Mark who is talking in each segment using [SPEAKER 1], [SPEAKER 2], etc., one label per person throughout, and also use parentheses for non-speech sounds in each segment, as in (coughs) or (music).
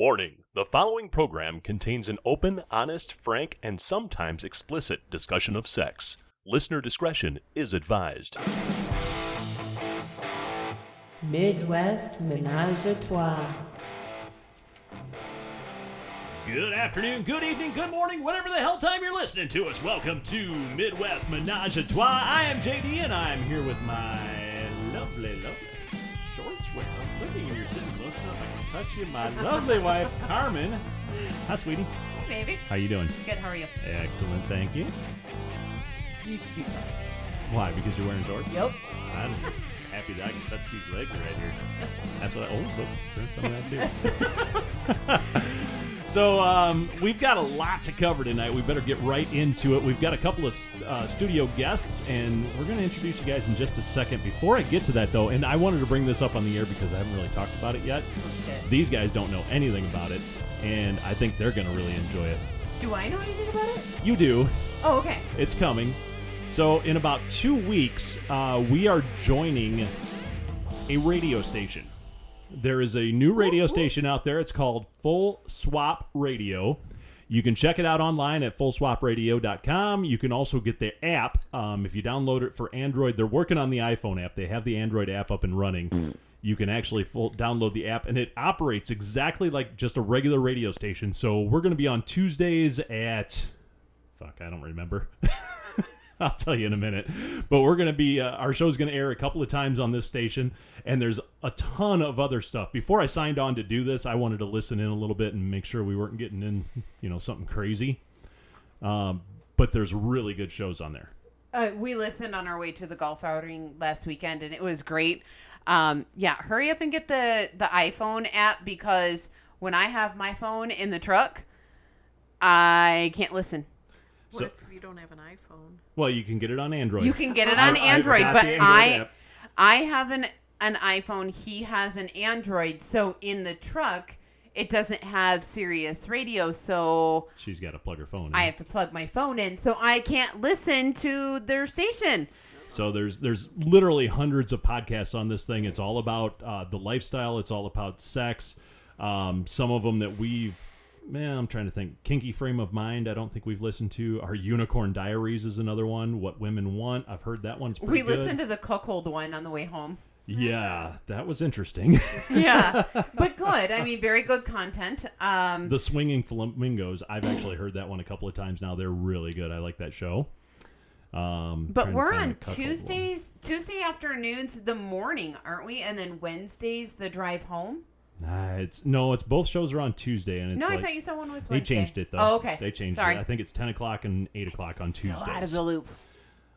[SPEAKER 1] Warning the following program contains an open, honest, frank, and sometimes explicit discussion of sex. Listener discretion is advised.
[SPEAKER 2] Midwest Menage a Trois.
[SPEAKER 1] Good afternoon, good evening, good morning, whatever the hell time you're listening to us. Welcome to Midwest Menage a Trois. I am JD and I'm here with my lovely, lovely shorts where I'm living and you're sitting close enough I can touch you, my lovely wife, Carmen. Hi, sweetie.
[SPEAKER 3] Baby.
[SPEAKER 1] How you doing?
[SPEAKER 3] Good, how are you?
[SPEAKER 1] Excellent, thank you.
[SPEAKER 3] You speak.
[SPEAKER 1] Why? Because you're wearing shorts?
[SPEAKER 3] Yep.
[SPEAKER 1] I'm happy that I can touch these legs right here. That's what I. Oh, look, there's some of that too. (laughs) so um, we've got a lot to cover tonight. We better get right into it. We've got a couple of uh, studio guests, and we're going to introduce you guys in just a second. Before I get to that, though, and I wanted to bring this up on the air because I haven't really talked about it yet. These guys don't know anything about it, and I think they're going to really enjoy it.
[SPEAKER 3] Do I know anything about it?
[SPEAKER 1] You do.
[SPEAKER 3] Oh, okay.
[SPEAKER 1] It's coming. So, in about two weeks, uh, we are joining a radio station. There is a new radio station out there. It's called Full Swap Radio. You can check it out online at fullswapradio.com. You can also get the app um, if you download it for Android. They're working on the iPhone app. They have the Android app up and running. You can actually full download the app, and it operates exactly like just a regular radio station. So we're going to be on Tuesdays at fuck, I don't remember. (laughs) I'll tell you in a minute. But we're going to be, uh, our show's going to air a couple of times on this station, and there's a ton of other stuff. Before I signed on to do this, I wanted to listen in a little bit and make sure we weren't getting in, you know, something crazy. Um, but there's really good shows on there.
[SPEAKER 3] Uh, we listened on our way to the golf outing last weekend, and it was great. Um, yeah, hurry up and get the the iPhone app because when I have my phone in the truck, I can't listen.
[SPEAKER 4] What
[SPEAKER 1] So-
[SPEAKER 4] if you don't have an iPhone?
[SPEAKER 1] Well, you can get it on Android.
[SPEAKER 3] You can get it
[SPEAKER 1] I-
[SPEAKER 3] on
[SPEAKER 1] I've
[SPEAKER 3] Android,
[SPEAKER 1] got
[SPEAKER 3] but
[SPEAKER 1] the Android
[SPEAKER 3] I
[SPEAKER 1] app.
[SPEAKER 3] I have an an iPhone. He has an Android, so in the truck it doesn't have Sirius Radio, so
[SPEAKER 1] She's got to plug her phone in.
[SPEAKER 3] I have to plug my phone in, so I can't listen to their station.
[SPEAKER 1] So there's there's literally hundreds of podcasts on this thing. It's all about uh, the lifestyle. It's all about sex. Um, some of them that we've, man, I'm trying to think. Kinky frame of mind. I don't think we've listened to. Our Unicorn Diaries is another one. What women want. I've heard that one's pretty
[SPEAKER 3] we
[SPEAKER 1] good.
[SPEAKER 3] listened to the cuckold one on the
[SPEAKER 1] (laughs)
[SPEAKER 3] way home.
[SPEAKER 1] yeah, that was interesting. (laughs)
[SPEAKER 3] Yeah, (laughs) but good. I mean, very good content. Um,
[SPEAKER 1] the Swinging Flamingos. I've actually heard that one a couple of times now. They're really good. I like that show. Um,
[SPEAKER 3] but
[SPEAKER 1] trying to
[SPEAKER 3] we're
[SPEAKER 1] find
[SPEAKER 3] on
[SPEAKER 1] the cuckold one.
[SPEAKER 3] Tuesdays, Tuesday afternoons, the morning, aren't we? And then Wednesdays, the drive home.
[SPEAKER 1] Nah, it's no, it's both shows are on Tuesday, and it's
[SPEAKER 3] no, I
[SPEAKER 1] like-
[SPEAKER 3] thought you said one was
[SPEAKER 1] They
[SPEAKER 3] Wednesday.
[SPEAKER 1] changed it though.
[SPEAKER 3] Oh, okay.
[SPEAKER 1] They changed
[SPEAKER 3] Sorry.
[SPEAKER 1] it. I think it's ten o'clock and eight o'clock on Tuesdays.
[SPEAKER 3] So out of the loop.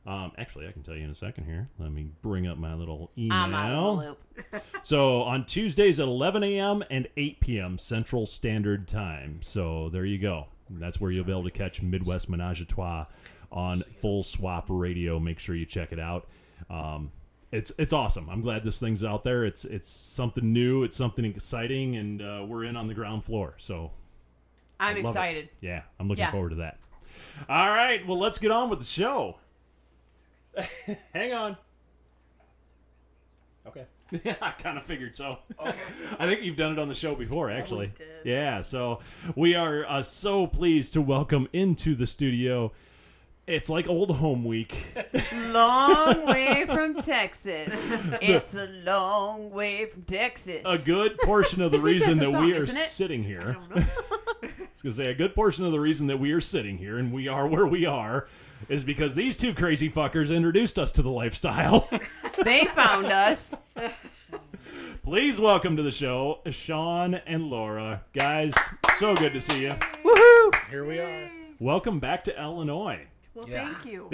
[SPEAKER 1] um, actually, I can tell you in a second here. Let me bring up my little email.
[SPEAKER 3] I'm out of the loop.
[SPEAKER 1] So on Tuesdays at eleven a.m. and eight p.m. Central Standard Time. So there you go. That's where you'll be able to catch Midwest Menage a Trois on Full Swap Radio. Make sure you check it out. Um, it's it's awesome. I'm glad this thing's out there. It's it's something new. It's something exciting, and uh, we're in on the ground floor. So Love
[SPEAKER 3] I'm
[SPEAKER 1] it.
[SPEAKER 3] excited.
[SPEAKER 1] Yeah, I'm looking
[SPEAKER 3] Yeah.
[SPEAKER 1] forward to that. All right, well, let's get on with the show. (laughs) Hang on. Okay. (laughs) Yeah, I kind of figured so. Okay. (laughs) I think you've done it on the show before, actually.
[SPEAKER 4] did.
[SPEAKER 1] Yeah, so we are uh, so pleased to welcome into the studio. It's like old home week.
[SPEAKER 3] Long way from
[SPEAKER 1] (laughs)
[SPEAKER 3] Texas. It's a long way from Texas.
[SPEAKER 1] A good portion
[SPEAKER 3] (laughs)
[SPEAKER 1] of the
[SPEAKER 3] I think that's
[SPEAKER 1] reason
[SPEAKER 3] a
[SPEAKER 1] that
[SPEAKER 3] song,
[SPEAKER 1] we are
[SPEAKER 3] isn't it?
[SPEAKER 1] sitting here.
[SPEAKER 4] I
[SPEAKER 3] (laughs)
[SPEAKER 4] don't know.
[SPEAKER 1] (laughs) I was gonna say a good portion of the reason that we are sitting here and we are where we are is because these two crazy fuckers introduced us to the lifestyle. (laughs)
[SPEAKER 3] they found us.
[SPEAKER 1] Please welcome to the show, Sean and Laura. Guys, so good to see you.
[SPEAKER 5] Here we are.
[SPEAKER 1] Welcome back to Illinois.
[SPEAKER 4] Well,
[SPEAKER 5] Yeah.
[SPEAKER 4] thank (laughs) you.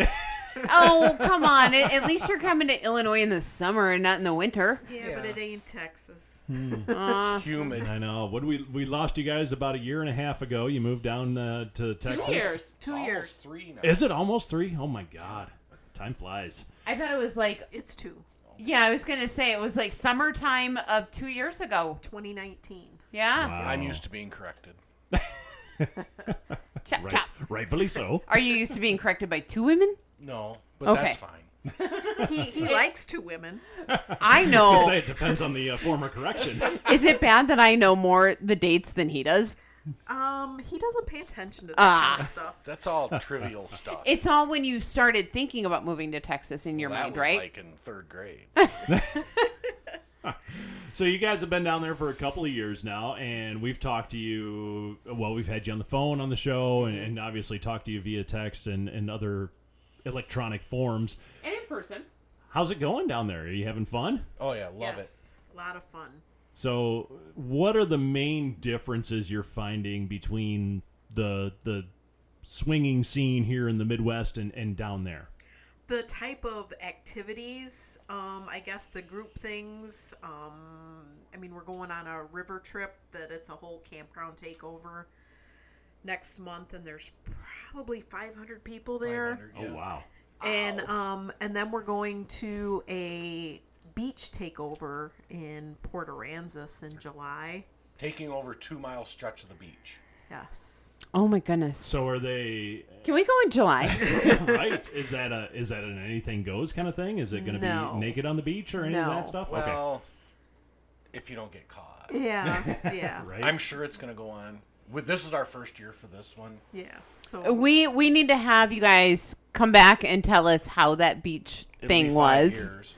[SPEAKER 3] Oh, come on. At at least you're coming to Illinois in the summer and not in the winter.
[SPEAKER 4] Yeah, but
[SPEAKER 5] Yeah.
[SPEAKER 4] it ain't Texas.
[SPEAKER 3] Uh,
[SPEAKER 5] Humid.
[SPEAKER 1] I know. What we we lost you guys about a year and a half ago. You moved down uh, to Texas.
[SPEAKER 3] two years. Two
[SPEAKER 5] Almost
[SPEAKER 3] years.
[SPEAKER 5] Three now.
[SPEAKER 1] Is it almost three? Oh my God, time flies.
[SPEAKER 3] I thought it was like,
[SPEAKER 4] It's two.
[SPEAKER 3] yeah, I was going to say it was like summertime of two years ago.
[SPEAKER 4] 2019.
[SPEAKER 3] Yeah.
[SPEAKER 1] Wow.
[SPEAKER 5] I'm used to being corrected.
[SPEAKER 3] Chop,
[SPEAKER 1] right,
[SPEAKER 3] chop.
[SPEAKER 1] rightfully so.
[SPEAKER 3] Are you used to being corrected by two women?
[SPEAKER 5] No, but
[SPEAKER 3] Okay.
[SPEAKER 5] that's
[SPEAKER 4] (laughs)
[SPEAKER 5] fine.
[SPEAKER 4] He, he likes two women.
[SPEAKER 5] (laughs)
[SPEAKER 3] I
[SPEAKER 1] I
[SPEAKER 3] know.
[SPEAKER 1] say it depends on the uh, former
[SPEAKER 3] (laughs)
[SPEAKER 1] correction.
[SPEAKER 3] Is it bad that I know more the dates than he does?
[SPEAKER 4] Um, he doesn't pay attention to that kind
[SPEAKER 3] Ah.
[SPEAKER 4] of stuff.
[SPEAKER 5] That's all
[SPEAKER 1] (laughs)
[SPEAKER 5] trivial stuff.
[SPEAKER 3] It's all when you started thinking about moving to Texas in your
[SPEAKER 5] that
[SPEAKER 3] mind,
[SPEAKER 5] was
[SPEAKER 3] right?
[SPEAKER 5] like in third grade.
[SPEAKER 3] (laughs)
[SPEAKER 1] So you guys have been down there for a couple of years now, and we've talked to you. Well, we've had you on the phone on the show, and, and obviously talked to you via text and, and other electronic forms.
[SPEAKER 3] and in person.
[SPEAKER 1] How's it going down there? Are you having fun?
[SPEAKER 5] Oh yeah, love
[SPEAKER 4] yes, a lot of fun.
[SPEAKER 1] So, what are the main differences you're finding between the the swinging scene here in the Midwest and, and down there?
[SPEAKER 4] the type of activities um, i guess the group things um, i mean we're going on a river trip that it's a whole campground takeover next month and there's probably 500 people
[SPEAKER 5] it.
[SPEAKER 4] there
[SPEAKER 5] 500, yeah.
[SPEAKER 1] Oh wow!
[SPEAKER 4] and um, and then we're going to a beach takeover in port aransas in july
[SPEAKER 5] Taking over two mile stretch of the beach.
[SPEAKER 4] yes
[SPEAKER 3] Oh my goodness.
[SPEAKER 1] So are they (coughs)
[SPEAKER 3] Can we go in July?
[SPEAKER 5] (laughs)
[SPEAKER 1] right? Is that a is that an anything goes kind of thing? Is it going to
[SPEAKER 4] No.
[SPEAKER 1] be naked on the beach or any of that
[SPEAKER 4] No.
[SPEAKER 1] stuff?
[SPEAKER 5] Well, if you don't get caught,
[SPEAKER 4] yeah
[SPEAKER 5] (laughs)
[SPEAKER 4] yeah
[SPEAKER 1] okay, right.
[SPEAKER 5] I'm sure it's going to go on. With this is our first year for this one.
[SPEAKER 4] yeah so
[SPEAKER 3] we we need to have you guys come back and tell us how that beach
[SPEAKER 5] It'll be
[SPEAKER 3] thing was.
[SPEAKER 5] five years.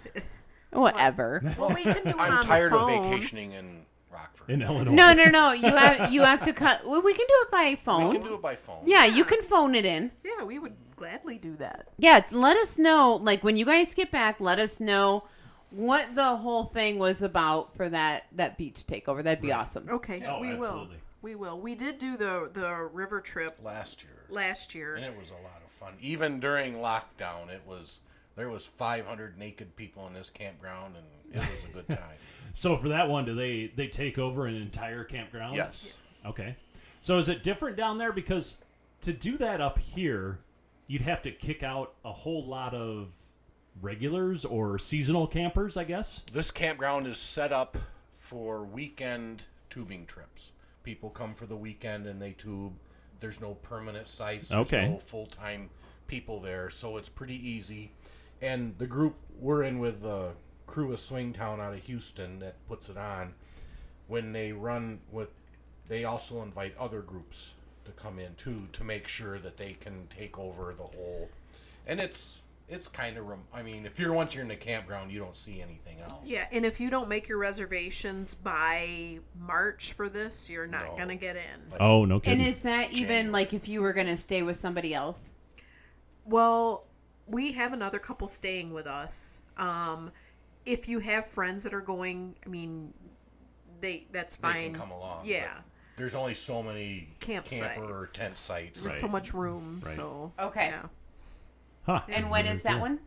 [SPEAKER 3] Whatever.
[SPEAKER 4] well, we can do it on
[SPEAKER 5] (laughs) I'm
[SPEAKER 4] the
[SPEAKER 5] tired of
[SPEAKER 4] phone.
[SPEAKER 5] vacationing in Rockford.
[SPEAKER 1] in Illinois.
[SPEAKER 3] no, no, no. You have you have to cut. Well, we can do it by phone.
[SPEAKER 5] We can do it by phone.
[SPEAKER 3] yeah, you can phone it in.
[SPEAKER 4] yeah we would gladly do that
[SPEAKER 3] Yeah, let us know. Like when you guys get back, let us know what the whole thing was about for that that beach takeover. That'd be awesome.
[SPEAKER 4] Okay,
[SPEAKER 1] Oh,
[SPEAKER 4] we
[SPEAKER 1] absolutely.
[SPEAKER 4] will. We will. We did do the the river trip
[SPEAKER 5] Last year.
[SPEAKER 4] last year.
[SPEAKER 5] And it was a lot of fun. Even during lockdown, it was there was 500 naked people in this campground, and it was a good time.
[SPEAKER 1] So for that one, do they they take over an entire campground?
[SPEAKER 5] yes.
[SPEAKER 1] Okay. So is it different down there? Because to do that up here, you'd have to kick out a whole lot of regulars or seasonal campers, I guess.
[SPEAKER 5] This campground is set up for weekend tubing trips. People come for the weekend and they tube. There's no permanent sites. There's
[SPEAKER 1] Okay.
[SPEAKER 5] No full time people there, so it's pretty easy. And the group we're in with the crew of Swingtown out of Houston that puts it on. When they run with, they also invite other groups to come in too to make sure that they can take over the whole. And it's it's kind of rem- I mean, if you're once you're in the campground, you don't see anything else.
[SPEAKER 4] Yeah, and if you don't make your reservations by March for this, you're not
[SPEAKER 5] No.
[SPEAKER 4] gonna get in.
[SPEAKER 1] Oh no
[SPEAKER 3] And is that even
[SPEAKER 5] January.
[SPEAKER 3] like if you were gonna stay with somebody else?
[SPEAKER 4] Well, we have another couple staying with us. Um, if you have friends that are going, I mean, they that's
[SPEAKER 5] they
[SPEAKER 4] fine.
[SPEAKER 5] can come along. but
[SPEAKER 4] Yeah,
[SPEAKER 5] There's only so many
[SPEAKER 4] Camp
[SPEAKER 5] camper or
[SPEAKER 4] sites.
[SPEAKER 5] tent sites.
[SPEAKER 4] there's so
[SPEAKER 1] Right.
[SPEAKER 4] much room.
[SPEAKER 1] Right.
[SPEAKER 4] So
[SPEAKER 3] Okay.
[SPEAKER 4] yeah.
[SPEAKER 1] Huh.
[SPEAKER 3] And when is that one?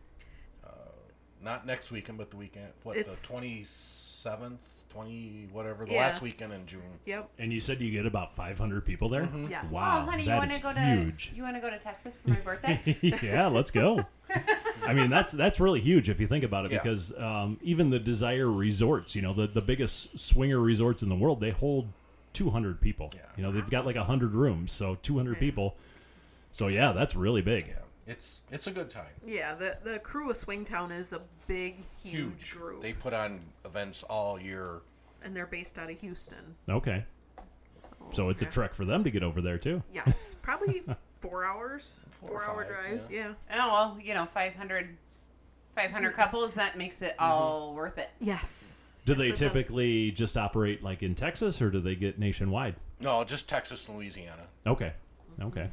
[SPEAKER 5] Not next weekend, but the weekend. What
[SPEAKER 4] It's-
[SPEAKER 5] the twenty seventh, twenty whatever the
[SPEAKER 4] Yeah.
[SPEAKER 5] last weekend in June.
[SPEAKER 4] Yep.
[SPEAKER 1] And you said you get about 500 people there.
[SPEAKER 5] Mm-hmm.
[SPEAKER 4] Yes.
[SPEAKER 1] Wow,
[SPEAKER 3] oh, honey, you
[SPEAKER 1] that
[SPEAKER 3] wanna
[SPEAKER 1] is
[SPEAKER 3] go to
[SPEAKER 1] huge.
[SPEAKER 3] you want to go to Texas for my birthday? (laughs)
[SPEAKER 1] (laughs) yeah, let's go. I mean, that's that's really huge if you think about it,
[SPEAKER 5] Yeah.
[SPEAKER 1] because um, even the Desire resorts, you know, the the biggest swinger resorts in the world, they hold 200 people.
[SPEAKER 5] Yeah.
[SPEAKER 1] You know, they've got like 100 rooms, so 200 people. So yeah, that's really big.
[SPEAKER 5] Yeah, it's it's a good time.
[SPEAKER 4] Yeah. The the crew of Swingtown is a big, huge, group,
[SPEAKER 5] They put on events all year.
[SPEAKER 4] and they're based out of Houston.
[SPEAKER 1] Okay,
[SPEAKER 4] So,
[SPEAKER 1] so it's a
[SPEAKER 4] yeah.
[SPEAKER 1] trek for them to get over there too.
[SPEAKER 4] Yes,
[SPEAKER 1] (laughs)
[SPEAKER 4] probably four hours,
[SPEAKER 5] Four
[SPEAKER 4] four,
[SPEAKER 5] or
[SPEAKER 4] hour
[SPEAKER 5] five,
[SPEAKER 4] drives. Yeah.
[SPEAKER 3] Oh well, you know, 500, 500 couples. That makes it all worth it.
[SPEAKER 4] Yes.
[SPEAKER 1] Do they typically just operate like in Texas, or do they get nationwide?
[SPEAKER 5] No, just Texas and Louisiana.
[SPEAKER 1] Okay, okay.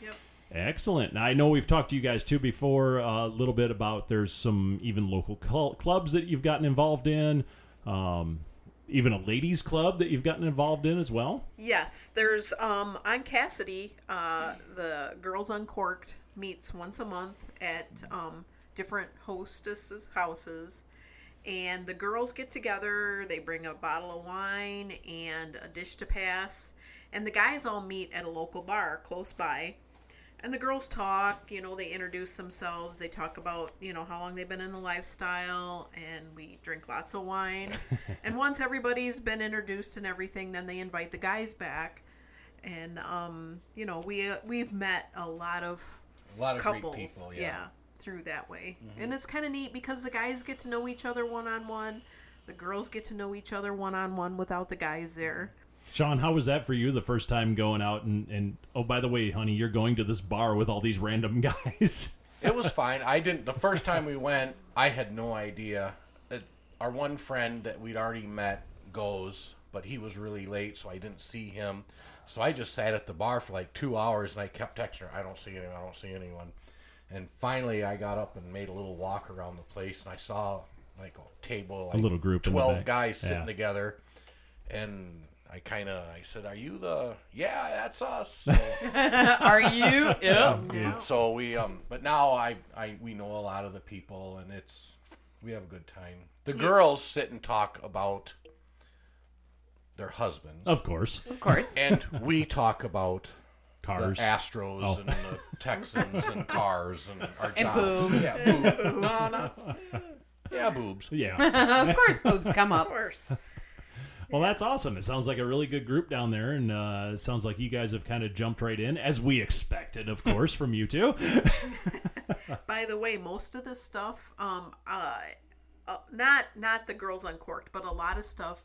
[SPEAKER 4] Yep.
[SPEAKER 1] Excellent. Now, I know we've talked to you guys too before uh, a little bit about there's some even local cl- clubs that you've gotten involved in, um, even a ladies club that you've gotten involved in as well.
[SPEAKER 4] Yes. There's um on Cassidy, uh, the Girls Uncorked meets once a month at um different hostesses' houses. And the girls get together, they bring a bottle of wine and a dish to pass, and the guys all meet at a local bar close by. and the girls talk you know they introduce themselves they talk about you know how long they've been in the lifestyle and we drink lots of
[SPEAKER 5] (laughs)
[SPEAKER 4] wine and once everybody's been introduced and everything then they invite the guys back and um you know we uh, we've met a lot of
[SPEAKER 5] A lot of great
[SPEAKER 4] couples
[SPEAKER 5] people, yeah. Mm-hmm.
[SPEAKER 4] through that way. And it's kind of neat because the guys get to know each other one on one. The girls get to know each other one on one without the guys there.
[SPEAKER 1] Sean, how was that for you the first time going out and, and oh by the way, honey, you're going to this bar with all these random (laughs) guys.
[SPEAKER 5] It was fine. I didn't. The first time we went, I had no idea. It, our one friend that we'd already met goes, but he was really late, so I didn't see him. So I just sat at the bar for like two hours, and I kept texting her, "I don't see anyone. I don't see anyone." And finally, I got up and made a little walk around the place, and I saw like a table, like
[SPEAKER 1] little group in the
[SPEAKER 5] twelve
[SPEAKER 1] back.
[SPEAKER 5] guys sitting
[SPEAKER 1] Yeah.
[SPEAKER 5] together, and. I kind of, I said, "Are you the? Yeah, that's
[SPEAKER 1] (laughs)
[SPEAKER 5] us." So-
[SPEAKER 3] (laughs) Are (laughs) you? Yep.
[SPEAKER 5] so we um but now I I we know a lot of the people and it's we have a good time. The girls sit and talk about their husbands
[SPEAKER 1] Of course.
[SPEAKER 3] Of course.
[SPEAKER 5] and we talk about the
[SPEAKER 1] Cars. Oh.
[SPEAKER 5] Astros and the Texans and cars and our
[SPEAKER 3] And
[SPEAKER 5] jobs.
[SPEAKER 3] boobs.
[SPEAKER 5] Yeah, boobs. No, no. Yeah, boobs.
[SPEAKER 1] Yeah.
[SPEAKER 3] of course, boobs come
[SPEAKER 4] Of
[SPEAKER 3] up.
[SPEAKER 4] course.
[SPEAKER 1] Well, that's awesome. It sounds like a really good group down there, and uh, it sounds like you guys have kind of jumped right in, as we expected, of course, from you two.
[SPEAKER 4] By the way, most of this stuff, um, uh, uh, not not the girls uncorked, but a lot of stuff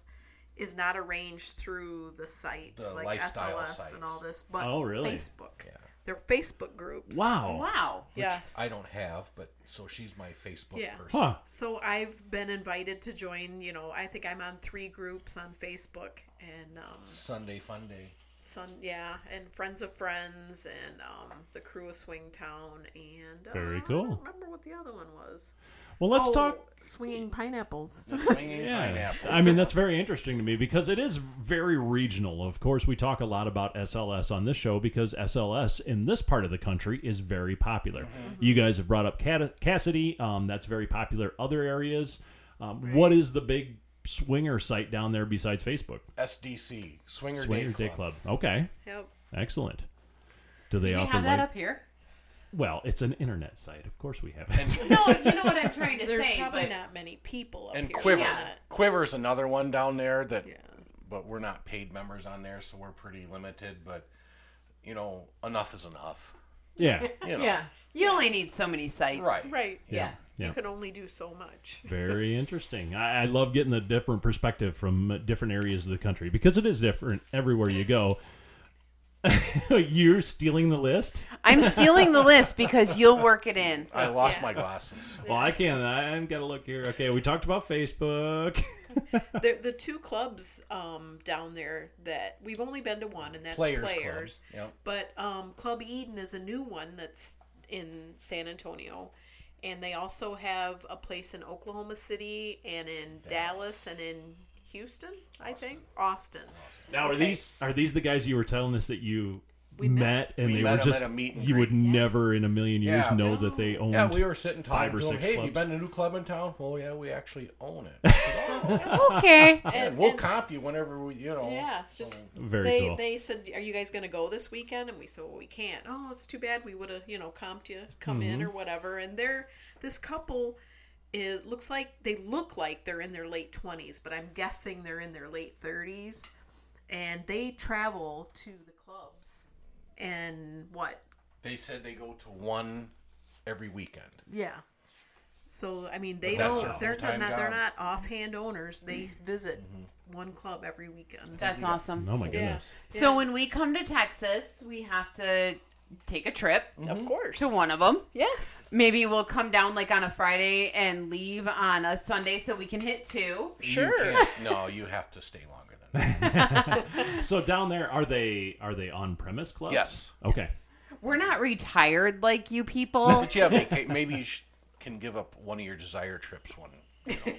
[SPEAKER 4] is not arranged through the sites
[SPEAKER 5] The
[SPEAKER 4] like
[SPEAKER 5] lifestyle
[SPEAKER 4] SLS
[SPEAKER 5] sites.
[SPEAKER 4] and all this, but
[SPEAKER 1] Oh, really?
[SPEAKER 4] Facebook. They're Facebook groups.
[SPEAKER 1] Wow.
[SPEAKER 3] (laughs) Wow.
[SPEAKER 4] Yes.
[SPEAKER 5] I don't have, but so she's my Facebook
[SPEAKER 4] Yeah.
[SPEAKER 5] person.
[SPEAKER 1] Huh.
[SPEAKER 4] So I've been invited to join. You know, I think I'm on three groups on Facebook and um,
[SPEAKER 5] Sunday fun day.
[SPEAKER 4] Sun, yeah, and Friends of Friends and um, the Crew of Swing Town and uh,
[SPEAKER 1] Very
[SPEAKER 4] I
[SPEAKER 1] cool.
[SPEAKER 4] don't remember what the other one was.
[SPEAKER 1] Well, let's
[SPEAKER 4] Oh,
[SPEAKER 1] talk.
[SPEAKER 4] swinging pineapples.
[SPEAKER 1] (laughs)
[SPEAKER 5] The swinging
[SPEAKER 1] Yeah.
[SPEAKER 5] pineapple.
[SPEAKER 1] I mean, that's very interesting to me because it is very regional. Of course, we talk a lot about SLS on this show because SLS in this part of the country is very popular. You guys have brought up Cad- Cassidy. Um, that's very popular. Other areas. Um, What is the big swinger site down there besides Facebook?
[SPEAKER 5] SDC, Swinger,
[SPEAKER 1] Swinger
[SPEAKER 5] Day,
[SPEAKER 1] Day Club. Okay.
[SPEAKER 4] Yep.
[SPEAKER 1] Excellent. Do they
[SPEAKER 3] Do we
[SPEAKER 1] offer
[SPEAKER 3] have that
[SPEAKER 1] like-
[SPEAKER 3] up here?
[SPEAKER 1] Well, it's an internet site. Of course we have it.
[SPEAKER 3] (laughs) No, you know what I'm trying to
[SPEAKER 4] There's
[SPEAKER 3] say.
[SPEAKER 4] probably
[SPEAKER 3] but
[SPEAKER 4] not many people up
[SPEAKER 5] and
[SPEAKER 4] here.
[SPEAKER 5] quiver
[SPEAKER 4] Oh, Yeah.
[SPEAKER 5] quiver's another one down there that but we're not paid members on there so we're pretty limited but you know enough is enough
[SPEAKER 1] (laughs) yeah.
[SPEAKER 5] you know
[SPEAKER 3] You only need so many sites.
[SPEAKER 5] right
[SPEAKER 4] Right.
[SPEAKER 3] Yeah.
[SPEAKER 1] Yeah.
[SPEAKER 4] You can only do so much.
[SPEAKER 1] Very interesting. I, I love getting the different perspective from different areas of the country because it is different everywhere you go. (laughs) You're stealing the list.
[SPEAKER 3] I'm stealing the list because you'll work it in.
[SPEAKER 5] i lost my glasses
[SPEAKER 1] Well, I can't. I- I've got to look here. Okay, we talked about Facebook. (laughs)
[SPEAKER 4] the the two clubs um, down there that we've only been to one, and that's
[SPEAKER 5] Players
[SPEAKER 4] players.
[SPEAKER 5] Club, yep.
[SPEAKER 4] But um, Club Eden is a new one that's in San Antonio, and they also have a place in Oklahoma City and in Dallas, and in Houston, I think Austin.
[SPEAKER 1] Now, are
[SPEAKER 4] Okay.
[SPEAKER 1] these are these the guys you were telling us that you met,
[SPEAKER 4] met.
[SPEAKER 1] and
[SPEAKER 5] We
[SPEAKER 1] they
[SPEAKER 5] met
[SPEAKER 1] were
[SPEAKER 5] 'em
[SPEAKER 1] just
[SPEAKER 5] at a meet and
[SPEAKER 1] you would
[SPEAKER 5] greet.
[SPEAKER 1] never in a million years
[SPEAKER 5] Yeah.
[SPEAKER 1] know that they owned.
[SPEAKER 5] yeah we were sitting
[SPEAKER 1] Five
[SPEAKER 5] talking
[SPEAKER 1] or
[SPEAKER 5] to him
[SPEAKER 1] six
[SPEAKER 5] hey have you
[SPEAKER 1] clubs.
[SPEAKER 5] been to a new club in town well yeah we actually own
[SPEAKER 1] (laughs)
[SPEAKER 5] it oh,
[SPEAKER 3] Okay.
[SPEAKER 5] and
[SPEAKER 4] And-
[SPEAKER 5] we'll
[SPEAKER 4] and-
[SPEAKER 5] cop you whenever we you know
[SPEAKER 4] Yeah, just
[SPEAKER 1] Very
[SPEAKER 4] they
[SPEAKER 1] cool.
[SPEAKER 4] they said, "Are you guys going to go this weekend?" And we said, "Well, we can't." Oh, it's too bad. We would have you know comped you come in
[SPEAKER 1] Mm-hmm.
[SPEAKER 4] or whatever. And they're this couple is looks like they look like they're in their late twenties, but I'm guessing they're in their late thirties, and they travel to the clubs and what?
[SPEAKER 5] they said they go to one every weekend
[SPEAKER 4] Yeah. So I mean, they
[SPEAKER 5] But that's their
[SPEAKER 4] don't. They're
[SPEAKER 5] full-time
[SPEAKER 4] not. They're
[SPEAKER 5] job. Mm-hmm.
[SPEAKER 4] not offhand owners. They visit one club every
[SPEAKER 3] (laughs)
[SPEAKER 4] weekend.
[SPEAKER 3] That's awesome.
[SPEAKER 1] Oh my goodness!
[SPEAKER 3] So when we come to Texas, we have to take a trip
[SPEAKER 5] Mm-hmm.
[SPEAKER 4] Of course.
[SPEAKER 3] to one of them.
[SPEAKER 4] Yes.
[SPEAKER 3] Maybe we'll come down like on a Friday and leave on a Sunday so we can hit two.
[SPEAKER 4] Sure.
[SPEAKER 5] you can't, no you have to stay longer than that
[SPEAKER 1] So down there, are they are they on premise clubs?
[SPEAKER 5] Yes.
[SPEAKER 1] Okay.
[SPEAKER 3] We're not retired like you people. (laughs)
[SPEAKER 5] but yeah vaca- maybe you sh- can give up one of your desire trips one you know.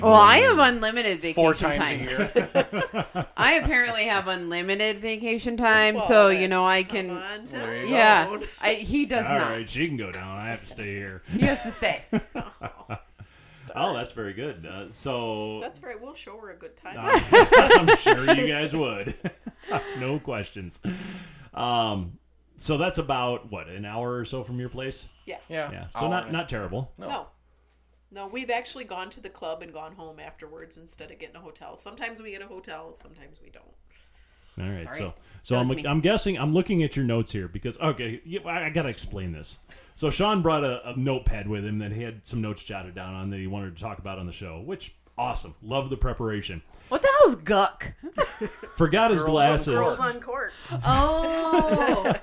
[SPEAKER 4] (laughs)
[SPEAKER 5] can
[SPEAKER 3] Well,
[SPEAKER 5] go
[SPEAKER 3] I have
[SPEAKER 5] to
[SPEAKER 3] unlimited vacation
[SPEAKER 5] four times
[SPEAKER 3] time.
[SPEAKER 5] a
[SPEAKER 3] (laughs)
[SPEAKER 5] year
[SPEAKER 3] I apparently have unlimited vacation time,
[SPEAKER 4] Well,
[SPEAKER 3] so
[SPEAKER 4] then,
[SPEAKER 3] you know I
[SPEAKER 4] Come
[SPEAKER 3] can.
[SPEAKER 4] on
[SPEAKER 5] There you
[SPEAKER 4] down.
[SPEAKER 5] go.
[SPEAKER 3] Yeah, I, he does
[SPEAKER 1] All
[SPEAKER 3] not.
[SPEAKER 1] right, she can go down. I have to stay here.
[SPEAKER 3] He has to
[SPEAKER 1] (laughs)
[SPEAKER 3] stay.
[SPEAKER 1] Oh, that's very good. Uh, so
[SPEAKER 4] That's all right. We'll show her a good time.
[SPEAKER 1] (laughs) I'm sure
[SPEAKER 3] (laughs)
[SPEAKER 1] you guys would. (laughs) no questions. Um, so that's about what an hour or so from your place.
[SPEAKER 4] yeah.
[SPEAKER 5] yeah
[SPEAKER 1] Yeah.
[SPEAKER 5] hour
[SPEAKER 3] Oh,
[SPEAKER 1] So not
[SPEAKER 5] and a-
[SPEAKER 1] not terrible.
[SPEAKER 4] No. No, we've actually gone to the club and gone home afterwards instead of getting a hotel. Sometimes we get a hotel, sometimes we don't.
[SPEAKER 1] All right, so
[SPEAKER 3] Sorry.
[SPEAKER 1] so
[SPEAKER 3] That
[SPEAKER 1] I'm
[SPEAKER 3] was me.
[SPEAKER 1] I'm guessing I'm looking at your notes here because okay, you- I, I gotta explain this. So Sean brought a, a notepad with him that he had some notes jotted down on that he wanted to talk about on the show, which awesome. Love the preparation.
[SPEAKER 3] What the hell's guck?
[SPEAKER 1] Forgot his
[SPEAKER 5] Girls on
[SPEAKER 1] glasses,
[SPEAKER 4] Girls Uncorked.
[SPEAKER 3] Oh,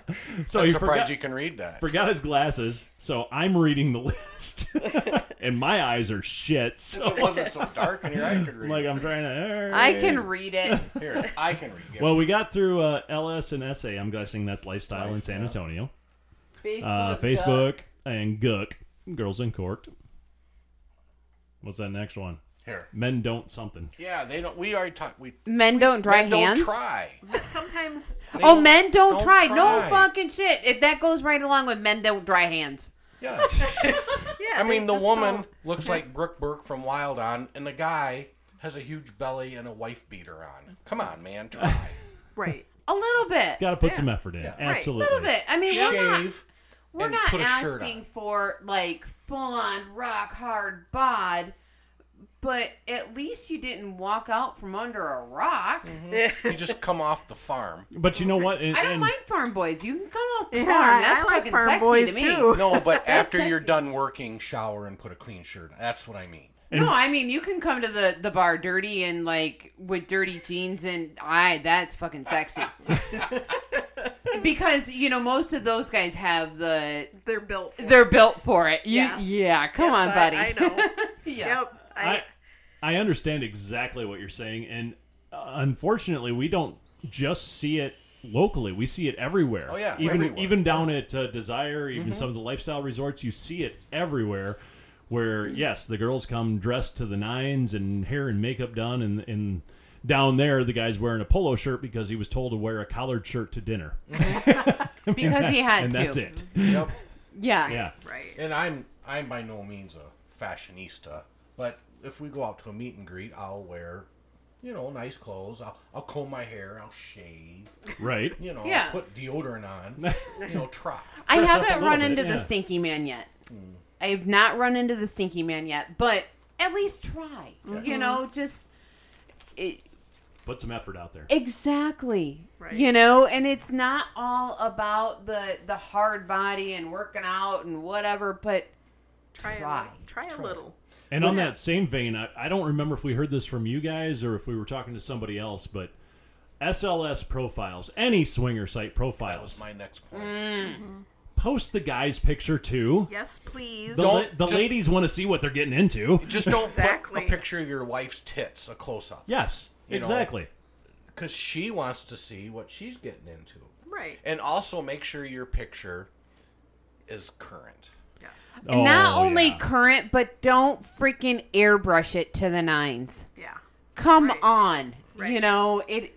[SPEAKER 1] so
[SPEAKER 5] I'm
[SPEAKER 1] he
[SPEAKER 5] surprised
[SPEAKER 1] forgot,
[SPEAKER 5] you can read that.
[SPEAKER 1] forgot his glasses. So I'm reading the list,
[SPEAKER 5] (laughs)
[SPEAKER 1] (laughs) and my eyes are shit. So
[SPEAKER 5] it wasn't so dark in here. I
[SPEAKER 1] (laughs)
[SPEAKER 5] could read.
[SPEAKER 1] like
[SPEAKER 5] it.
[SPEAKER 1] I'm trying to.
[SPEAKER 3] (laughs) I can read it.
[SPEAKER 1] Uh,
[SPEAKER 5] Here, I can read. Give
[SPEAKER 1] Well,
[SPEAKER 5] it.
[SPEAKER 1] we got through uh, LS and SA. I'm guessing that's lifestyle in San
[SPEAKER 5] Lifestyle.
[SPEAKER 1] Antonio.
[SPEAKER 3] Facebook.
[SPEAKER 1] Uh, Facebook and Gook, Girls Uncorked. What's that next one?
[SPEAKER 5] here.
[SPEAKER 1] Men don't something.
[SPEAKER 5] Yeah, they don't. We already talked. We
[SPEAKER 3] Men don't dry
[SPEAKER 5] men
[SPEAKER 3] hands.
[SPEAKER 5] Don't try.
[SPEAKER 3] (laughs)
[SPEAKER 4] But sometimes
[SPEAKER 5] They
[SPEAKER 3] Oh, men don't,
[SPEAKER 5] don't
[SPEAKER 3] try. No
[SPEAKER 5] try.
[SPEAKER 3] fucking shit. If that goes right along with men don't dry hands.
[SPEAKER 5] Yeah.
[SPEAKER 4] yeah,
[SPEAKER 5] I
[SPEAKER 4] they
[SPEAKER 5] mean, the
[SPEAKER 4] just
[SPEAKER 5] woman
[SPEAKER 4] don't-
[SPEAKER 5] looks like Brooke Burke from Wild On, and the guy has a huge belly and a wife beater on. Come on, man, try.
[SPEAKER 1] (laughs)
[SPEAKER 4] right.
[SPEAKER 3] A little bit.
[SPEAKER 1] Got to put some effort in.
[SPEAKER 5] Yeah. Right.
[SPEAKER 1] Absolutely.
[SPEAKER 3] a little bit. I mean, we're not
[SPEAKER 5] Shave.
[SPEAKER 3] we're
[SPEAKER 5] and
[SPEAKER 3] not
[SPEAKER 5] put a shirt
[SPEAKER 3] asking
[SPEAKER 5] on.
[SPEAKER 3] for like full on rock hard bod, but at least you didn't walk out from under a rock.
[SPEAKER 5] You just come off
[SPEAKER 3] (laughs)
[SPEAKER 5] the farm.
[SPEAKER 1] But you know what? And,
[SPEAKER 3] I don't
[SPEAKER 1] and
[SPEAKER 3] mind farm boys. You can come off the
[SPEAKER 4] Yeah,
[SPEAKER 3] farm.
[SPEAKER 4] I-
[SPEAKER 3] That's
[SPEAKER 4] I like
[SPEAKER 3] fucking
[SPEAKER 4] farm
[SPEAKER 3] sexy to
[SPEAKER 4] boys,
[SPEAKER 3] me.
[SPEAKER 4] too.
[SPEAKER 5] No, but after you're done working, shower and put a clean shirt on. That's what I mean.
[SPEAKER 3] No, I mean you can come to the the bar dirty and like with dirty jeans and I that's fucking sexy. because you know most of those guys have the
[SPEAKER 4] They're built. For
[SPEAKER 3] they're built for it. You,
[SPEAKER 4] Yes.
[SPEAKER 3] Yeah, come
[SPEAKER 4] Yes,
[SPEAKER 3] on,
[SPEAKER 4] I-
[SPEAKER 3] buddy.
[SPEAKER 4] I know.
[SPEAKER 3] (laughs) yeah.
[SPEAKER 4] Yep. I,
[SPEAKER 1] I, I understand exactly what you're saying. And uh, unfortunately, we don't just see it locally, we see it everywhere.
[SPEAKER 5] Oh, yeah,
[SPEAKER 1] Even,
[SPEAKER 5] everywhere.
[SPEAKER 1] even down at uh, Desire, even some of the lifestyle resorts, you see it everywhere. Where yes, the girls come dressed to the nines and hair and makeup done, and and down there the guy's wearing a polo shirt because he was told to wear a collared shirt to dinner,
[SPEAKER 3] Because he had
[SPEAKER 1] and
[SPEAKER 3] to.
[SPEAKER 1] that's it.
[SPEAKER 5] Yep.
[SPEAKER 3] Yeah.
[SPEAKER 1] Yeah,
[SPEAKER 4] right.
[SPEAKER 5] And I'm I'm by no means a fashionista, but if we go out to a meet and greet, I'll wear, you know, nice clothes. I'll, I'll comb my hair. I'll shave.
[SPEAKER 1] right.
[SPEAKER 5] You know,
[SPEAKER 3] Yeah.
[SPEAKER 5] put deodorant on. you know, try.
[SPEAKER 3] I
[SPEAKER 1] Dress up a
[SPEAKER 3] haven't
[SPEAKER 1] little
[SPEAKER 3] run
[SPEAKER 1] bit,
[SPEAKER 3] into the
[SPEAKER 1] yeah. Hmm.
[SPEAKER 3] stinky man yet. I have not run into the stinky man yet, but at least try. You
[SPEAKER 4] Mm-hmm.
[SPEAKER 3] know, just it,
[SPEAKER 1] Put some effort out there.
[SPEAKER 3] Exactly.
[SPEAKER 4] Right.
[SPEAKER 3] You know, and it's not all about the the hard body and working out and whatever, but
[SPEAKER 4] Try,
[SPEAKER 3] Try.
[SPEAKER 4] A, try a little.
[SPEAKER 1] And on that same vein, I, I don't remember if we heard this from you guys or if we were talking to somebody else, but SLS profiles, any swinger site
[SPEAKER 5] That was
[SPEAKER 1] profiles,
[SPEAKER 5] my next point.
[SPEAKER 1] post the guy's picture too.
[SPEAKER 4] Yes, please.
[SPEAKER 1] The, la-
[SPEAKER 5] Don't
[SPEAKER 1] the
[SPEAKER 5] just-
[SPEAKER 1] ladies want to see what they're getting into.
[SPEAKER 5] Just don't
[SPEAKER 4] Exactly.
[SPEAKER 5] put a picture of your wife's tits, a close up,
[SPEAKER 1] Yes,
[SPEAKER 5] You know.
[SPEAKER 1] exactly.
[SPEAKER 5] because she wants to see what she's getting into.
[SPEAKER 4] Right.
[SPEAKER 5] And also make sure your picture is current.
[SPEAKER 4] Yes.
[SPEAKER 1] Oh,
[SPEAKER 3] not only
[SPEAKER 1] yeah.
[SPEAKER 3] current, but don't freaking airbrush it to the nines.
[SPEAKER 4] Yeah.
[SPEAKER 3] (laughs) Come
[SPEAKER 4] Right.
[SPEAKER 3] on. You
[SPEAKER 4] Right.
[SPEAKER 3] know, it, it-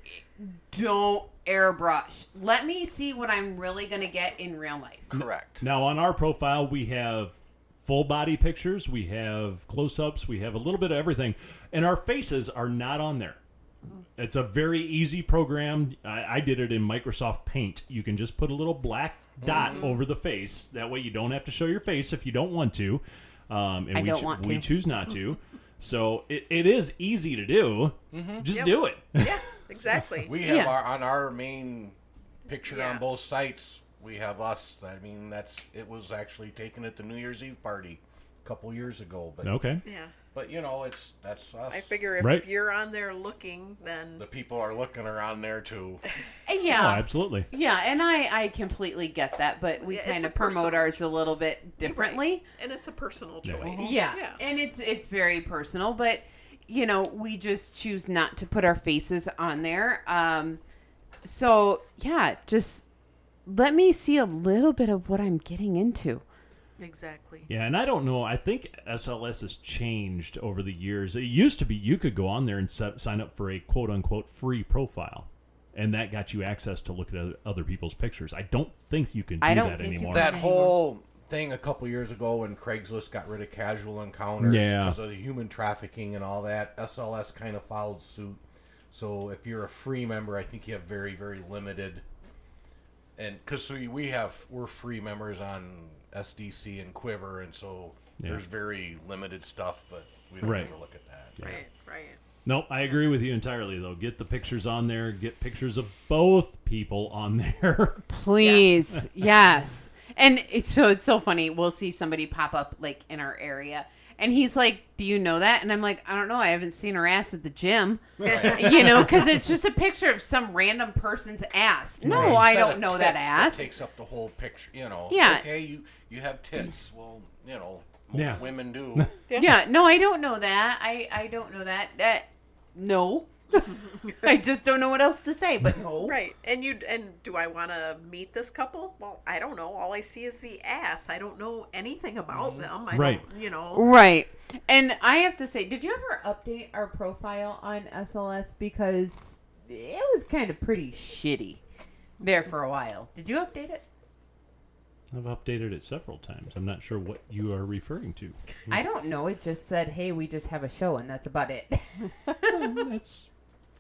[SPEAKER 3] don't airbrush. Let me see what I'm really going to get in real life.
[SPEAKER 5] Correct.
[SPEAKER 1] Now, on our profile, we have full body pictures, we have close ups, we have a little bit of everything, and our faces are not on there. It's a very easy program. I, I did it in Microsoft Paint. You can just put a little black dot over the face. That way, you don't have to show your face if you don't want to. Um, and
[SPEAKER 3] I
[SPEAKER 1] we
[SPEAKER 3] don't
[SPEAKER 1] choo-
[SPEAKER 3] want
[SPEAKER 1] we
[SPEAKER 3] to.
[SPEAKER 1] choose not
[SPEAKER 3] (laughs)
[SPEAKER 1] to. So it, it is easy to do. Just do it. (laughs)
[SPEAKER 4] Yeah. Exactly.
[SPEAKER 5] We have
[SPEAKER 3] Yeah.
[SPEAKER 5] our on our main picture on
[SPEAKER 4] Yeah.
[SPEAKER 5] both sites. We have us. I mean, that's it was actually taken at the New Year's Eve party a couple years ago. But
[SPEAKER 1] okay.
[SPEAKER 4] yeah.
[SPEAKER 5] but you know, it's that's us.
[SPEAKER 4] I figure if
[SPEAKER 1] Right.
[SPEAKER 4] you're on there looking, then
[SPEAKER 5] the people are looking around there too.
[SPEAKER 3] Uh,
[SPEAKER 1] Oh,
[SPEAKER 3] Yeah.
[SPEAKER 1] absolutely.
[SPEAKER 3] yeah, and I I completely get that, but we
[SPEAKER 4] Yeah, it's
[SPEAKER 3] kind
[SPEAKER 4] a
[SPEAKER 3] of promote
[SPEAKER 4] personal-
[SPEAKER 3] ours a little bit differently.
[SPEAKER 4] and it's a personal
[SPEAKER 1] Yeah.
[SPEAKER 4] choice.
[SPEAKER 5] Uh-huh.
[SPEAKER 3] Yeah.
[SPEAKER 4] Yeah.
[SPEAKER 3] And it's it's very personal, but you know, we just choose not to put our faces on there. Um so yeah, just let me see a little bit of what I'm getting into.
[SPEAKER 4] Exactly.
[SPEAKER 1] Yeah, and I don't know. I think SLS has changed over the years. It used to be you could go on there and se- sign up for a quote unquote free profile, and that got you access to look at oth- other people's pictures. I don't think you can do
[SPEAKER 3] I don't
[SPEAKER 1] that
[SPEAKER 3] think you
[SPEAKER 1] anymore.
[SPEAKER 3] can.
[SPEAKER 5] That whole thing a couple years ago when Craigslist got rid of casual encounters
[SPEAKER 1] Yeah.
[SPEAKER 5] because of the human trafficking and all that, SLS kind of followed suit. So if you're a free member, I think you have very very limited. And because we, we have we're free members on SDC and Quiver, and so
[SPEAKER 1] Yeah.
[SPEAKER 5] there's very limited stuff, but we don't
[SPEAKER 1] Right.
[SPEAKER 5] ever look at that.
[SPEAKER 1] Yeah.
[SPEAKER 4] Right. Right.
[SPEAKER 1] Nope, I agree with you entirely, though. Get the pictures on there. Get pictures of both people on there. (laughs)
[SPEAKER 3] Please. Yes. (laughs) And it's so it's so funny. We'll see somebody pop up like in our area. And he's like, "Do you know that?" And I'm like, "I don't know. I haven't seen her ass at the gym, you know, (laughs) because it's just a picture of some random person's ass. No,
[SPEAKER 5] Instead
[SPEAKER 3] I
[SPEAKER 5] of
[SPEAKER 3] don't know that
[SPEAKER 5] tits
[SPEAKER 3] ass.
[SPEAKER 5] takes up the whole picture. You know.
[SPEAKER 3] Yeah.
[SPEAKER 5] Okay. You you have tits. Well, you know, most
[SPEAKER 1] Yeah.
[SPEAKER 5] women
[SPEAKER 1] (laughs)
[SPEAKER 5] do.
[SPEAKER 3] yeah, no, I don't know that. I I don't know that. That no, (laughs) I just don't know what else to say. But no,
[SPEAKER 4] Right. And you and do I want to meet this couple? Well, I don't know. All I see is the ass. I don't know anything
[SPEAKER 5] Mm-hmm.
[SPEAKER 4] about them. I
[SPEAKER 1] Right.
[SPEAKER 4] Don't, you know.
[SPEAKER 3] Right. And I have to say, did you ever update our profile on SLS because it was kind of pretty shitty there for a while. Did you update it?
[SPEAKER 1] I've updated it several times. I'm not sure what you are referring to.
[SPEAKER 3] I don't know. It just said, "Hey, we just have a show and that's about it." (laughs)
[SPEAKER 1] It's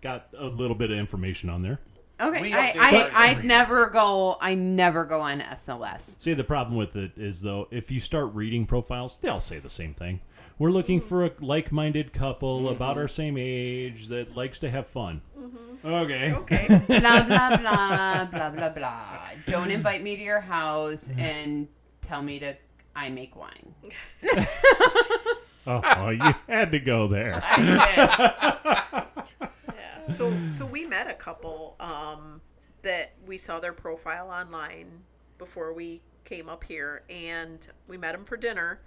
[SPEAKER 1] got a little bit of information on there.
[SPEAKER 3] okay.
[SPEAKER 5] We
[SPEAKER 3] I
[SPEAKER 5] update
[SPEAKER 3] I,
[SPEAKER 5] ours
[SPEAKER 3] I
[SPEAKER 5] every
[SPEAKER 3] never go I never go on SLS.
[SPEAKER 1] See, the problem with it is, though, if you start reading profiles, they all say the same thing. We're looking for a like minded couple
[SPEAKER 4] Mm-hmm.
[SPEAKER 1] about our same age that likes to have fun. Okay.
[SPEAKER 4] Okay.
[SPEAKER 3] Blah blah blah blah blah blah. Don't invite me to your house and tell me to I make wine.
[SPEAKER 1] (laughs) Oh, you had to go
[SPEAKER 4] (laughs)
[SPEAKER 1] there.
[SPEAKER 3] I
[SPEAKER 4] yeah. So so we met a couple um, that we saw their profile online before we came up here, and we met them for dinner.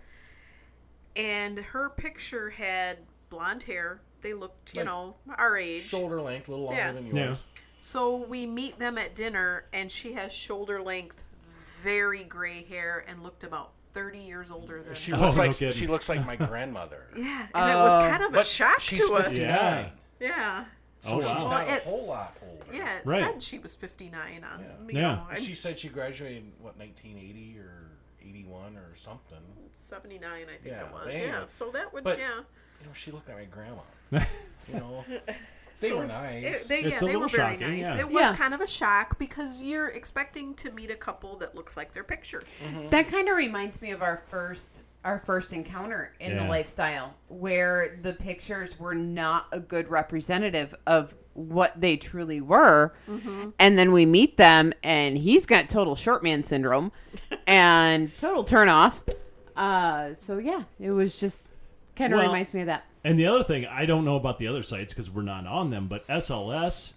[SPEAKER 4] And her picture had blonde hair. They looked, you
[SPEAKER 5] Like
[SPEAKER 4] know, our age.
[SPEAKER 5] Shoulder length, a little longer
[SPEAKER 4] Yeah.
[SPEAKER 5] than
[SPEAKER 1] Yeah.
[SPEAKER 5] yours.
[SPEAKER 4] So we meet them at dinner, and she has shoulder length, very gray hair, and looked about 30 years older than
[SPEAKER 5] She
[SPEAKER 4] us.
[SPEAKER 5] looks
[SPEAKER 1] no
[SPEAKER 5] like
[SPEAKER 1] kidding.
[SPEAKER 5] she
[SPEAKER 1] (laughs)
[SPEAKER 5] looks like my grandmother.
[SPEAKER 4] Yeah, and it was
[SPEAKER 1] uh,
[SPEAKER 3] Oh.
[SPEAKER 4] kind of a shock
[SPEAKER 5] she's
[SPEAKER 4] to us.
[SPEAKER 5] 59.
[SPEAKER 4] Yeah.
[SPEAKER 1] Yeah. Oh,
[SPEAKER 5] she's
[SPEAKER 1] wow.
[SPEAKER 5] not
[SPEAKER 4] Well,
[SPEAKER 5] a
[SPEAKER 4] it's-
[SPEAKER 5] whole lot older.
[SPEAKER 4] Yeah, it
[SPEAKER 1] Right.
[SPEAKER 4] said she was 59 on,
[SPEAKER 5] Yeah.
[SPEAKER 4] you
[SPEAKER 1] Yeah.
[SPEAKER 4] know, I'm
[SPEAKER 5] She said she graduated in what 1980 or 81 or something.
[SPEAKER 4] 79, I think
[SPEAKER 5] Yeah,
[SPEAKER 4] it was.
[SPEAKER 5] but
[SPEAKER 4] Yeah,
[SPEAKER 5] anyway.
[SPEAKER 4] so that would,
[SPEAKER 5] But-
[SPEAKER 4] yeah.
[SPEAKER 5] You know, she looked like
[SPEAKER 1] (laughs)
[SPEAKER 5] my grandma. you know,
[SPEAKER 4] (laughs)
[SPEAKER 5] they
[SPEAKER 4] So
[SPEAKER 5] were nice.
[SPEAKER 4] It, they,
[SPEAKER 1] It's
[SPEAKER 4] yeah,
[SPEAKER 1] a
[SPEAKER 4] they
[SPEAKER 1] little
[SPEAKER 4] were very
[SPEAKER 1] shocking,
[SPEAKER 4] nice.
[SPEAKER 1] yeah.
[SPEAKER 4] It was
[SPEAKER 3] Yeah.
[SPEAKER 4] kind of a shock because you're expecting to meet a couple that looks like their picture.
[SPEAKER 5] Mm.
[SPEAKER 3] That kind of reminds me of our first our first encounter in the
[SPEAKER 1] Yeah.
[SPEAKER 3] lifestyle where the pictures were not a good representative of what they truly were. And then we meet them and he's got total short man (laughs) syndrome and total turn off. Uh, so yeah, it was just kind of
[SPEAKER 1] Well-
[SPEAKER 3] reminds me of that.
[SPEAKER 1] And the other thing, I don't know about the other sites because we're not on them, but SLS,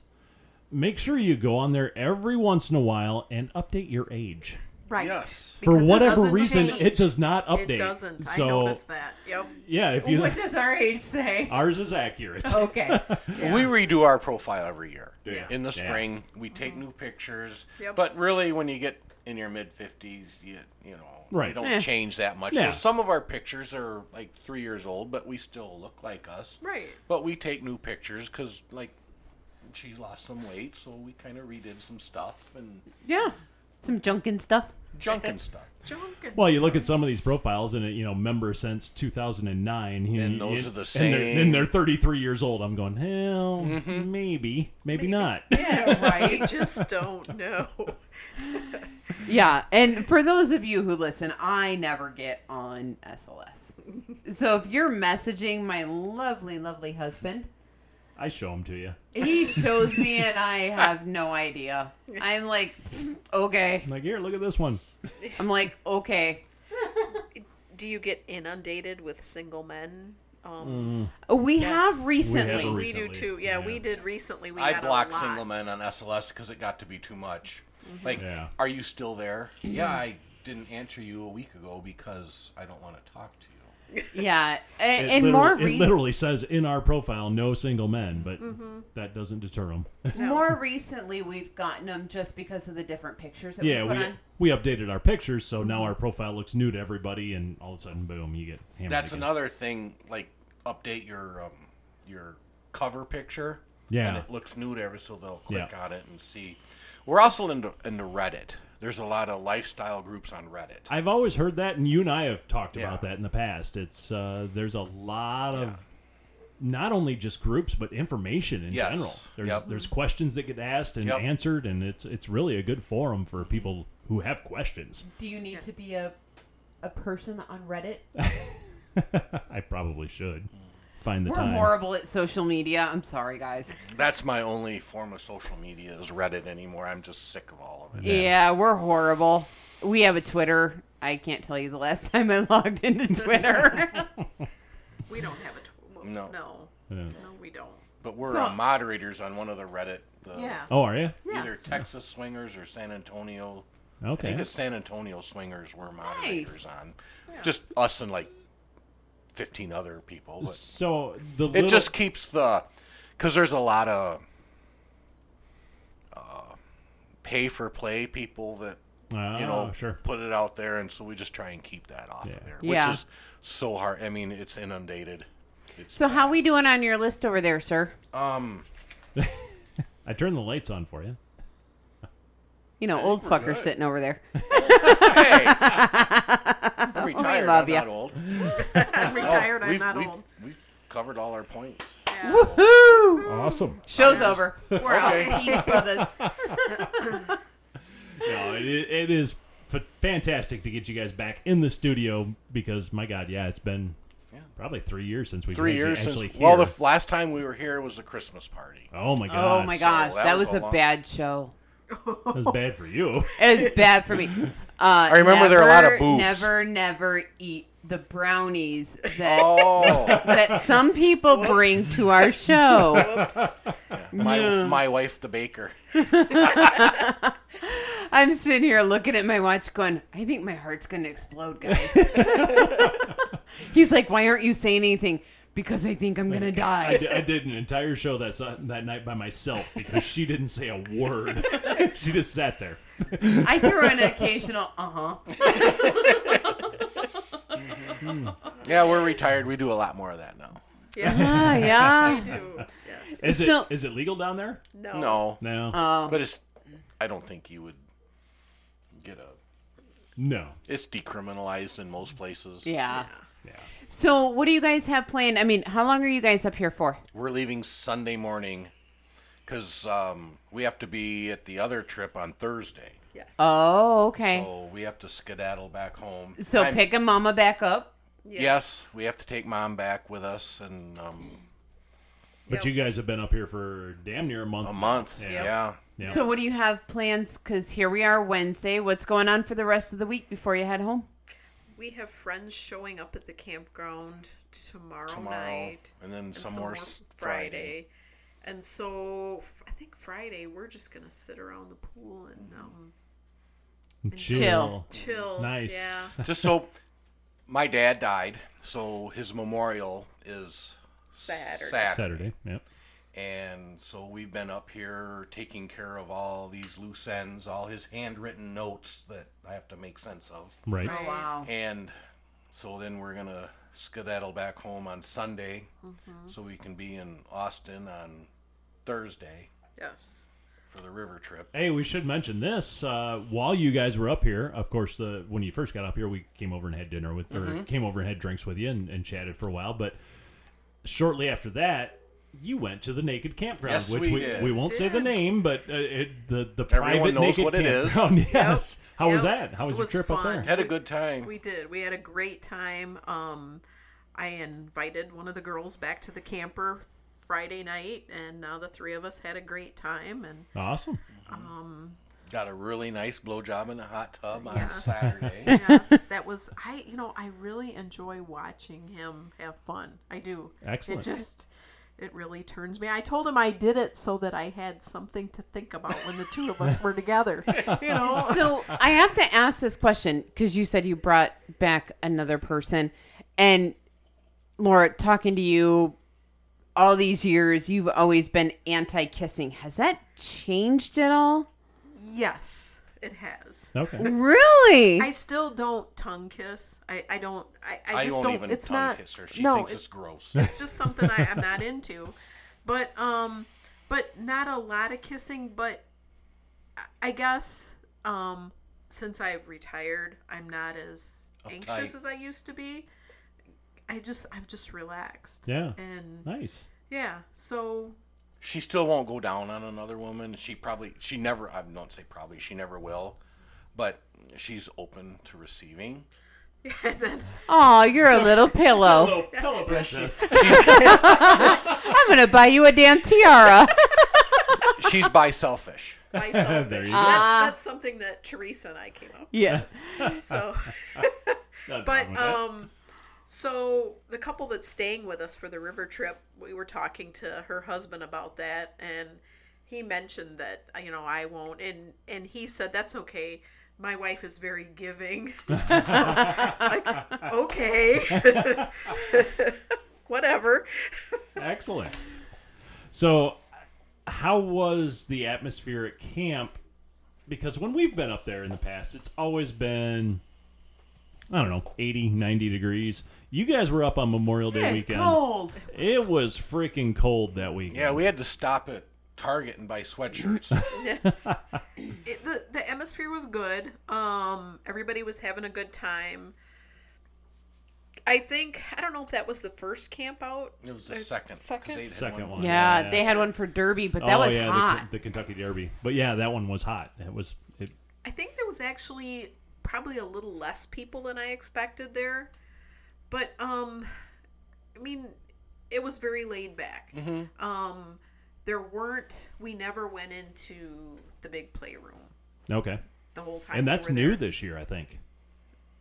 [SPEAKER 1] make sure you go on there every once in a while and update your age.
[SPEAKER 4] Right.
[SPEAKER 5] Yes.
[SPEAKER 1] For
[SPEAKER 4] Because it
[SPEAKER 1] whatever
[SPEAKER 4] doesn't
[SPEAKER 1] reason,
[SPEAKER 4] change.
[SPEAKER 1] it does not update.
[SPEAKER 4] It doesn't.
[SPEAKER 1] So,
[SPEAKER 4] I noticed that. Yep.
[SPEAKER 1] yeah, if you Uh,
[SPEAKER 3] What does our age say?
[SPEAKER 1] (laughs) ours is accurate. (laughs)
[SPEAKER 4] Oh,
[SPEAKER 3] Okay.
[SPEAKER 5] We redo our profile every year.
[SPEAKER 1] Yeah.
[SPEAKER 5] In the
[SPEAKER 1] Yeah.
[SPEAKER 5] spring, we take new pictures.
[SPEAKER 4] Yep.
[SPEAKER 5] But really, when you get in your mid 50s, you you know,
[SPEAKER 1] Right.
[SPEAKER 5] you don't
[SPEAKER 3] Eh.
[SPEAKER 5] change that much.
[SPEAKER 1] Yeah.
[SPEAKER 5] So some of our pictures are like three years old, but we still look like us.
[SPEAKER 4] Right.
[SPEAKER 5] But we take new pictures because, like, she's lost some weight, so we kind of redid some stuff
[SPEAKER 4] (laughs)
[SPEAKER 5] and
[SPEAKER 3] yeah. Some junkin' stuff.
[SPEAKER 5] junk and stuff.
[SPEAKER 4] Junk and
[SPEAKER 1] Well, you look at some of these profiles, and it, you know, member since 2009, you-
[SPEAKER 5] And
[SPEAKER 1] you-
[SPEAKER 5] those are the
[SPEAKER 1] And they're,
[SPEAKER 5] same. Mm-hmm.
[SPEAKER 1] and they're 33 years old. I'm going, hell, maybe, maybe not.
[SPEAKER 3] Yeah, right.
[SPEAKER 4] I just don't know.
[SPEAKER 3] Yeah, and for those of you who listen, I never get on SLS. So if you're messaging my lovely, lovely husband,
[SPEAKER 1] I show them to you.
[SPEAKER 3] he shows me and I have no idea. I'm like, okay.
[SPEAKER 1] I'm like, here, look at this one.
[SPEAKER 3] I'm like, okay.
[SPEAKER 4] Do you get inundated with single men? Um,
[SPEAKER 3] We
[SPEAKER 4] Yes.
[SPEAKER 3] have
[SPEAKER 4] We
[SPEAKER 1] have
[SPEAKER 3] recently.
[SPEAKER 1] re-
[SPEAKER 4] we do
[SPEAKER 1] Mm. Recently,
[SPEAKER 4] too. Yeah,
[SPEAKER 1] yeah.
[SPEAKER 4] we did recently. We
[SPEAKER 5] I
[SPEAKER 4] got
[SPEAKER 5] blocked
[SPEAKER 4] a lot. Mm-hmm.
[SPEAKER 5] single men on SLS because it got to be too much. Like,
[SPEAKER 1] Yeah.
[SPEAKER 5] are you still there? yeah, I didn't answer you a week ago because I don't want to talk to you.
[SPEAKER 3] yeah, and,
[SPEAKER 1] It
[SPEAKER 3] and
[SPEAKER 1] literally-
[SPEAKER 3] more
[SPEAKER 1] it
[SPEAKER 3] re-
[SPEAKER 1] literally says in our profile, no single men, but
[SPEAKER 3] Mm-hmm.
[SPEAKER 1] that doesn't deter (laughs) them.
[SPEAKER 3] more recently we've gotten them just because of the different pictures that
[SPEAKER 1] yeah,
[SPEAKER 3] we put
[SPEAKER 1] we,
[SPEAKER 3] on. Mm-hmm.
[SPEAKER 1] we updated our pictures, so now our profile looks new to everybody, and all of a sudden, boom, you get hammered.
[SPEAKER 5] That's
[SPEAKER 1] again.
[SPEAKER 5] another thing. Like update your um, your cover picture.
[SPEAKER 1] Yeah.
[SPEAKER 5] And it looks new to every, so they'll click
[SPEAKER 1] Yeah.
[SPEAKER 5] on it and see. We're also into into Reddit. There's a lot of lifestyle groups on Reddit.
[SPEAKER 1] I've always heard that, and you and I have talked about
[SPEAKER 5] Yeah.
[SPEAKER 1] that in the past. It's uh, there's a lot of not only just groups, but information in
[SPEAKER 5] Yes.
[SPEAKER 1] general. There's
[SPEAKER 5] Yep.
[SPEAKER 1] there's questions that get asked and
[SPEAKER 5] Yep.
[SPEAKER 1] answered, and it's it's really a good forum for people who have questions. (laughs)
[SPEAKER 3] Do you need to be a a person on Reddit?
[SPEAKER 1] I probably should. If find the
[SPEAKER 3] We're
[SPEAKER 1] time.
[SPEAKER 3] horrible at social media. I'm sorry, guys.
[SPEAKER 5] That's my only form of social media is Reddit anymore. I'm just sick of all of it.
[SPEAKER 3] Yeah. we're horrible. We have a Twitter. I can't tell you the last (laughs) time I logged into Twitter.
[SPEAKER 5] (laughs)
[SPEAKER 4] We don't have a tw- well,
[SPEAKER 5] No.
[SPEAKER 4] no,
[SPEAKER 1] Yeah.
[SPEAKER 4] no, we don't.
[SPEAKER 5] But we're
[SPEAKER 3] So-
[SPEAKER 5] uh, moderators on one of the Reddit. The,
[SPEAKER 4] Yeah.
[SPEAKER 1] Oh, are you?
[SPEAKER 5] Either
[SPEAKER 4] Yes.
[SPEAKER 5] Texas Swingers or San Antonio. I think
[SPEAKER 1] Okay.
[SPEAKER 5] it's San Antonio Swingers we're
[SPEAKER 3] Nice.
[SPEAKER 5] moderators on. Just us and like 15 other people. But
[SPEAKER 1] So the
[SPEAKER 5] it
[SPEAKER 1] little,
[SPEAKER 5] just keeps the. Because there's a lot of uh, pay for play people that
[SPEAKER 1] oh,
[SPEAKER 5] you know,
[SPEAKER 1] sure.
[SPEAKER 5] put it out there, and so we just try and keep that off
[SPEAKER 1] Yeah.
[SPEAKER 5] of there,
[SPEAKER 3] Yeah.
[SPEAKER 5] which is so hard. I mean, it's inundated. It's
[SPEAKER 3] so how we doing on your list over there, sir?
[SPEAKER 5] um,
[SPEAKER 1] I turned the lights on for you.
[SPEAKER 3] You know, old
[SPEAKER 5] we're
[SPEAKER 3] fucker
[SPEAKER 5] good.
[SPEAKER 3] sitting over
[SPEAKER 5] (laughs)
[SPEAKER 3] there.
[SPEAKER 5] hey, we're retired.
[SPEAKER 3] love
[SPEAKER 5] I'm
[SPEAKER 3] ya.
[SPEAKER 5] not old.
[SPEAKER 4] I'm retired. I'm
[SPEAKER 5] We've-
[SPEAKER 4] not
[SPEAKER 5] we've-
[SPEAKER 4] old.
[SPEAKER 5] We've covered all our points.
[SPEAKER 4] Yeah.
[SPEAKER 3] Woo!
[SPEAKER 1] Awesome.
[SPEAKER 3] Show's over. We're out. Peace,
[SPEAKER 5] (laughs)
[SPEAKER 3] brothers.
[SPEAKER 1] No, it, it is f- fantastic to get you guys back in the studio because my God, yeah, it's been
[SPEAKER 5] Yeah.
[SPEAKER 1] probably three years since we've
[SPEAKER 5] Three
[SPEAKER 1] had you
[SPEAKER 5] years since.
[SPEAKER 1] actually
[SPEAKER 5] Well, the
[SPEAKER 1] here.
[SPEAKER 5] f- last time we were here was the Christmas party.
[SPEAKER 1] oh my God.
[SPEAKER 3] Oh my gosh,
[SPEAKER 5] that
[SPEAKER 3] that,
[SPEAKER 5] was
[SPEAKER 3] was,
[SPEAKER 5] a
[SPEAKER 3] a
[SPEAKER 5] long-
[SPEAKER 3] bad show.
[SPEAKER 1] That was bad for you. (laughs)
[SPEAKER 3] It
[SPEAKER 5] (laughs)
[SPEAKER 3] was bad for me. Uh, I
[SPEAKER 5] remember there were a lot of boobs.
[SPEAKER 3] Never, never eat the brownies that
[SPEAKER 5] Oh,
[SPEAKER 3] that some
[SPEAKER 5] (laughs)
[SPEAKER 3] people bring to our
[SPEAKER 1] (laughs)
[SPEAKER 3] show.
[SPEAKER 4] (laughs) Whoops.
[SPEAKER 5] my my wife, the baker.
[SPEAKER 3] I'm sitting here looking at my watch, going, "I think my heart's going to explode, (laughs) guys." He's like, "Why aren't you saying anything?" Because I think I'm going to
[SPEAKER 1] I
[SPEAKER 3] die.
[SPEAKER 1] di- I did an entire show that su- that night by myself because she didn't say a
[SPEAKER 5] (laughs)
[SPEAKER 1] word. she just sat there.
[SPEAKER 3] I threw in an occasional, uh (laughs) huh.
[SPEAKER 5] Yeah, we're retired. We do a lot more of that now.
[SPEAKER 4] Yes,
[SPEAKER 3] yeah.
[SPEAKER 4] we do.
[SPEAKER 5] (laughs)
[SPEAKER 4] Yes.
[SPEAKER 1] Is
[SPEAKER 3] So-
[SPEAKER 1] it is it legal down there?
[SPEAKER 4] No.
[SPEAKER 5] No,
[SPEAKER 1] No,
[SPEAKER 3] Um,
[SPEAKER 5] but it's. I don't think you would get a.
[SPEAKER 1] no.
[SPEAKER 5] It's decriminalized in most places.
[SPEAKER 3] Yeah.
[SPEAKER 1] Yeah.
[SPEAKER 3] So, what do you guys have planned? I mean, how long are you guys up here for?
[SPEAKER 5] we're leaving Sunday morning because um, we have to be at the other trip on Thursday.
[SPEAKER 4] Yes.
[SPEAKER 5] Uh,
[SPEAKER 3] Oh, okay.
[SPEAKER 5] So we have to skedaddle back home.
[SPEAKER 3] So,
[SPEAKER 5] I'm-
[SPEAKER 3] picking mama back up.
[SPEAKER 5] Yes. we have to take mom back with us and um,
[SPEAKER 1] But
[SPEAKER 4] Yep.
[SPEAKER 1] you guys have been up here for damn near a month.
[SPEAKER 5] a month.
[SPEAKER 1] Yeah.
[SPEAKER 5] Yeah.
[SPEAKER 3] (laughs)
[SPEAKER 1] Yeah.
[SPEAKER 3] So, what do you have plans? Because here we are Wednesday. What's going on for the rest of the week before you head home?
[SPEAKER 4] We have friends showing up at the campground tomorrow,
[SPEAKER 5] Tomorrow.
[SPEAKER 4] night.
[SPEAKER 5] And then
[SPEAKER 4] and
[SPEAKER 5] some more s- Friday.
[SPEAKER 4] And so f- I think Friday we're just gonna sit around the pool and um,
[SPEAKER 1] Chill.
[SPEAKER 4] chill.
[SPEAKER 1] Nice.
[SPEAKER 4] Yeah.
[SPEAKER 5] Just so my dad died, so his memorial is
[SPEAKER 4] Saturday.
[SPEAKER 1] Saturday. Yep.
[SPEAKER 5] And so we've been up here taking care of all these loose ends, all his handwritten notes that I have to make sense of.
[SPEAKER 1] Right.
[SPEAKER 4] Right.
[SPEAKER 3] Oh, wow.
[SPEAKER 5] And so then we're going to skedaddle back home on Sunday
[SPEAKER 4] Mm-hmm.
[SPEAKER 5] so we can be in Austin on Thursday
[SPEAKER 4] Yes.
[SPEAKER 5] for the river trip.
[SPEAKER 1] Hey, we should mention this. Uh, while you guys were up here, of course, the when you first got up here, we came over and had dinner with, or came over and had drinks with you, and, and chatted for a while. But shortly after that, you went to the naked campground,
[SPEAKER 5] Yes,
[SPEAKER 1] which
[SPEAKER 5] we
[SPEAKER 1] we,
[SPEAKER 5] did.
[SPEAKER 1] we won't say the
[SPEAKER 4] Did.
[SPEAKER 1] name, but uh, it, the the
[SPEAKER 5] Everyone
[SPEAKER 1] private
[SPEAKER 5] knows
[SPEAKER 1] naked
[SPEAKER 5] what it is.
[SPEAKER 1] campground. (laughs) Yes. How was
[SPEAKER 4] Yep.
[SPEAKER 1] that? How was,
[SPEAKER 4] It
[SPEAKER 1] your
[SPEAKER 4] was
[SPEAKER 1] trip
[SPEAKER 4] fun.
[SPEAKER 1] up there?
[SPEAKER 5] Had a good time.
[SPEAKER 4] We did. We had a great time. Um, I invited one of the girls back to the camper Friday night, and now the three of us had a great time. And
[SPEAKER 1] Awesome.
[SPEAKER 5] Got a really nice blowjob in the hot tub on Saturday.
[SPEAKER 1] (laughs)
[SPEAKER 4] yes, that was I. You know, I really enjoy watching him have fun. I do.
[SPEAKER 1] Excellent.
[SPEAKER 4] It just. It really turns me. I told him I did it so that I had something to think about when the two
[SPEAKER 1] (laughs)
[SPEAKER 4] of us were together. You know,
[SPEAKER 3] So, I have to ask this question because you said you brought back another person. And Laura, talking to you all these years, you've always been anti kissing. Has that changed at all?
[SPEAKER 4] yes, it has.
[SPEAKER 1] Okay.
[SPEAKER 3] Really?
[SPEAKER 4] I still don't tongue kiss. I, I don't. I, (laughs) I
[SPEAKER 5] I,
[SPEAKER 4] just
[SPEAKER 5] won't
[SPEAKER 4] don't.
[SPEAKER 5] even
[SPEAKER 4] it's
[SPEAKER 5] tongue
[SPEAKER 4] not.
[SPEAKER 5] kiss her. She
[SPEAKER 4] no,
[SPEAKER 5] thinks
[SPEAKER 4] it-
[SPEAKER 5] it's gross.
[SPEAKER 4] (laughs) it's just something I, I'm not into. But um, but not a lot of kissing. But I- I guess um, since I've retired, I'm not as anxious
[SPEAKER 5] Uptight.
[SPEAKER 4] as I used to be. I just I've just relaxed.
[SPEAKER 1] Yeah.
[SPEAKER 4] And
[SPEAKER 1] Nice.
[SPEAKER 4] yeah, so
[SPEAKER 5] she still won't go down on another woman. She probably, she never, I don't say probably, she never will. But she's open to receiving.
[SPEAKER 4] and then
[SPEAKER 3] Oh, you're a little pillow.
[SPEAKER 1] (laughs) Hello, pillow princess.
[SPEAKER 3] I'm gonna buy you a damn (laughs) tiara.
[SPEAKER 5] She's bi selfish.
[SPEAKER 4] buy selfish.
[SPEAKER 1] (laughs) There
[SPEAKER 4] that's,
[SPEAKER 1] you go.
[SPEAKER 3] Ah.
[SPEAKER 4] that's something that Teresa and I came up
[SPEAKER 3] yeah.
[SPEAKER 4] with. So,
[SPEAKER 1] (laughs) Nothing wrong
[SPEAKER 4] but
[SPEAKER 1] with that.
[SPEAKER 4] um, so the couple that's staying with us for the river trip, we were talking to her husband about that, and he mentioned that uh, you know I won't, and and he said that's okay. My wife is very giving. (laughs) So, like, okay, (laughs) whatever.
[SPEAKER 1] Excellent. So, how was the atmosphere at camp? Because when we've been up there in the past, it's always been, I don't know, 80, 90 degrees. You guys were up on Memorial Day
[SPEAKER 3] It's
[SPEAKER 1] weekend.
[SPEAKER 3] cold.
[SPEAKER 1] It was freaking cold that weekend.
[SPEAKER 5] Yeah, we had to stop at Target and buy sweatshirts.
[SPEAKER 4] it, the the atmosphere was good. Um, everybody was having a good time. I think I don't know if that was the first camp out.
[SPEAKER 5] It was
[SPEAKER 4] Uh,
[SPEAKER 5] the second. 'cause
[SPEAKER 4] second?
[SPEAKER 5] they'd had
[SPEAKER 1] Second one.
[SPEAKER 3] Yeah,
[SPEAKER 1] Yeah.
[SPEAKER 3] they had one for Derby, but that
[SPEAKER 1] oh
[SPEAKER 3] was
[SPEAKER 1] yeah,
[SPEAKER 3] hot.
[SPEAKER 1] The, the Kentucky Derby. But yeah, that one was hot. That was it.
[SPEAKER 4] I think there was actually probably a little less people than I expected there, but um, I mean, it was very laid back.
[SPEAKER 1] Mm-hmm.
[SPEAKER 4] Um, there weren't. We never went into the big playroom
[SPEAKER 1] Okay,
[SPEAKER 4] the whole time.
[SPEAKER 1] and
[SPEAKER 4] we
[SPEAKER 1] that's
[SPEAKER 4] were
[SPEAKER 1] new
[SPEAKER 4] there.
[SPEAKER 1] this year, I think.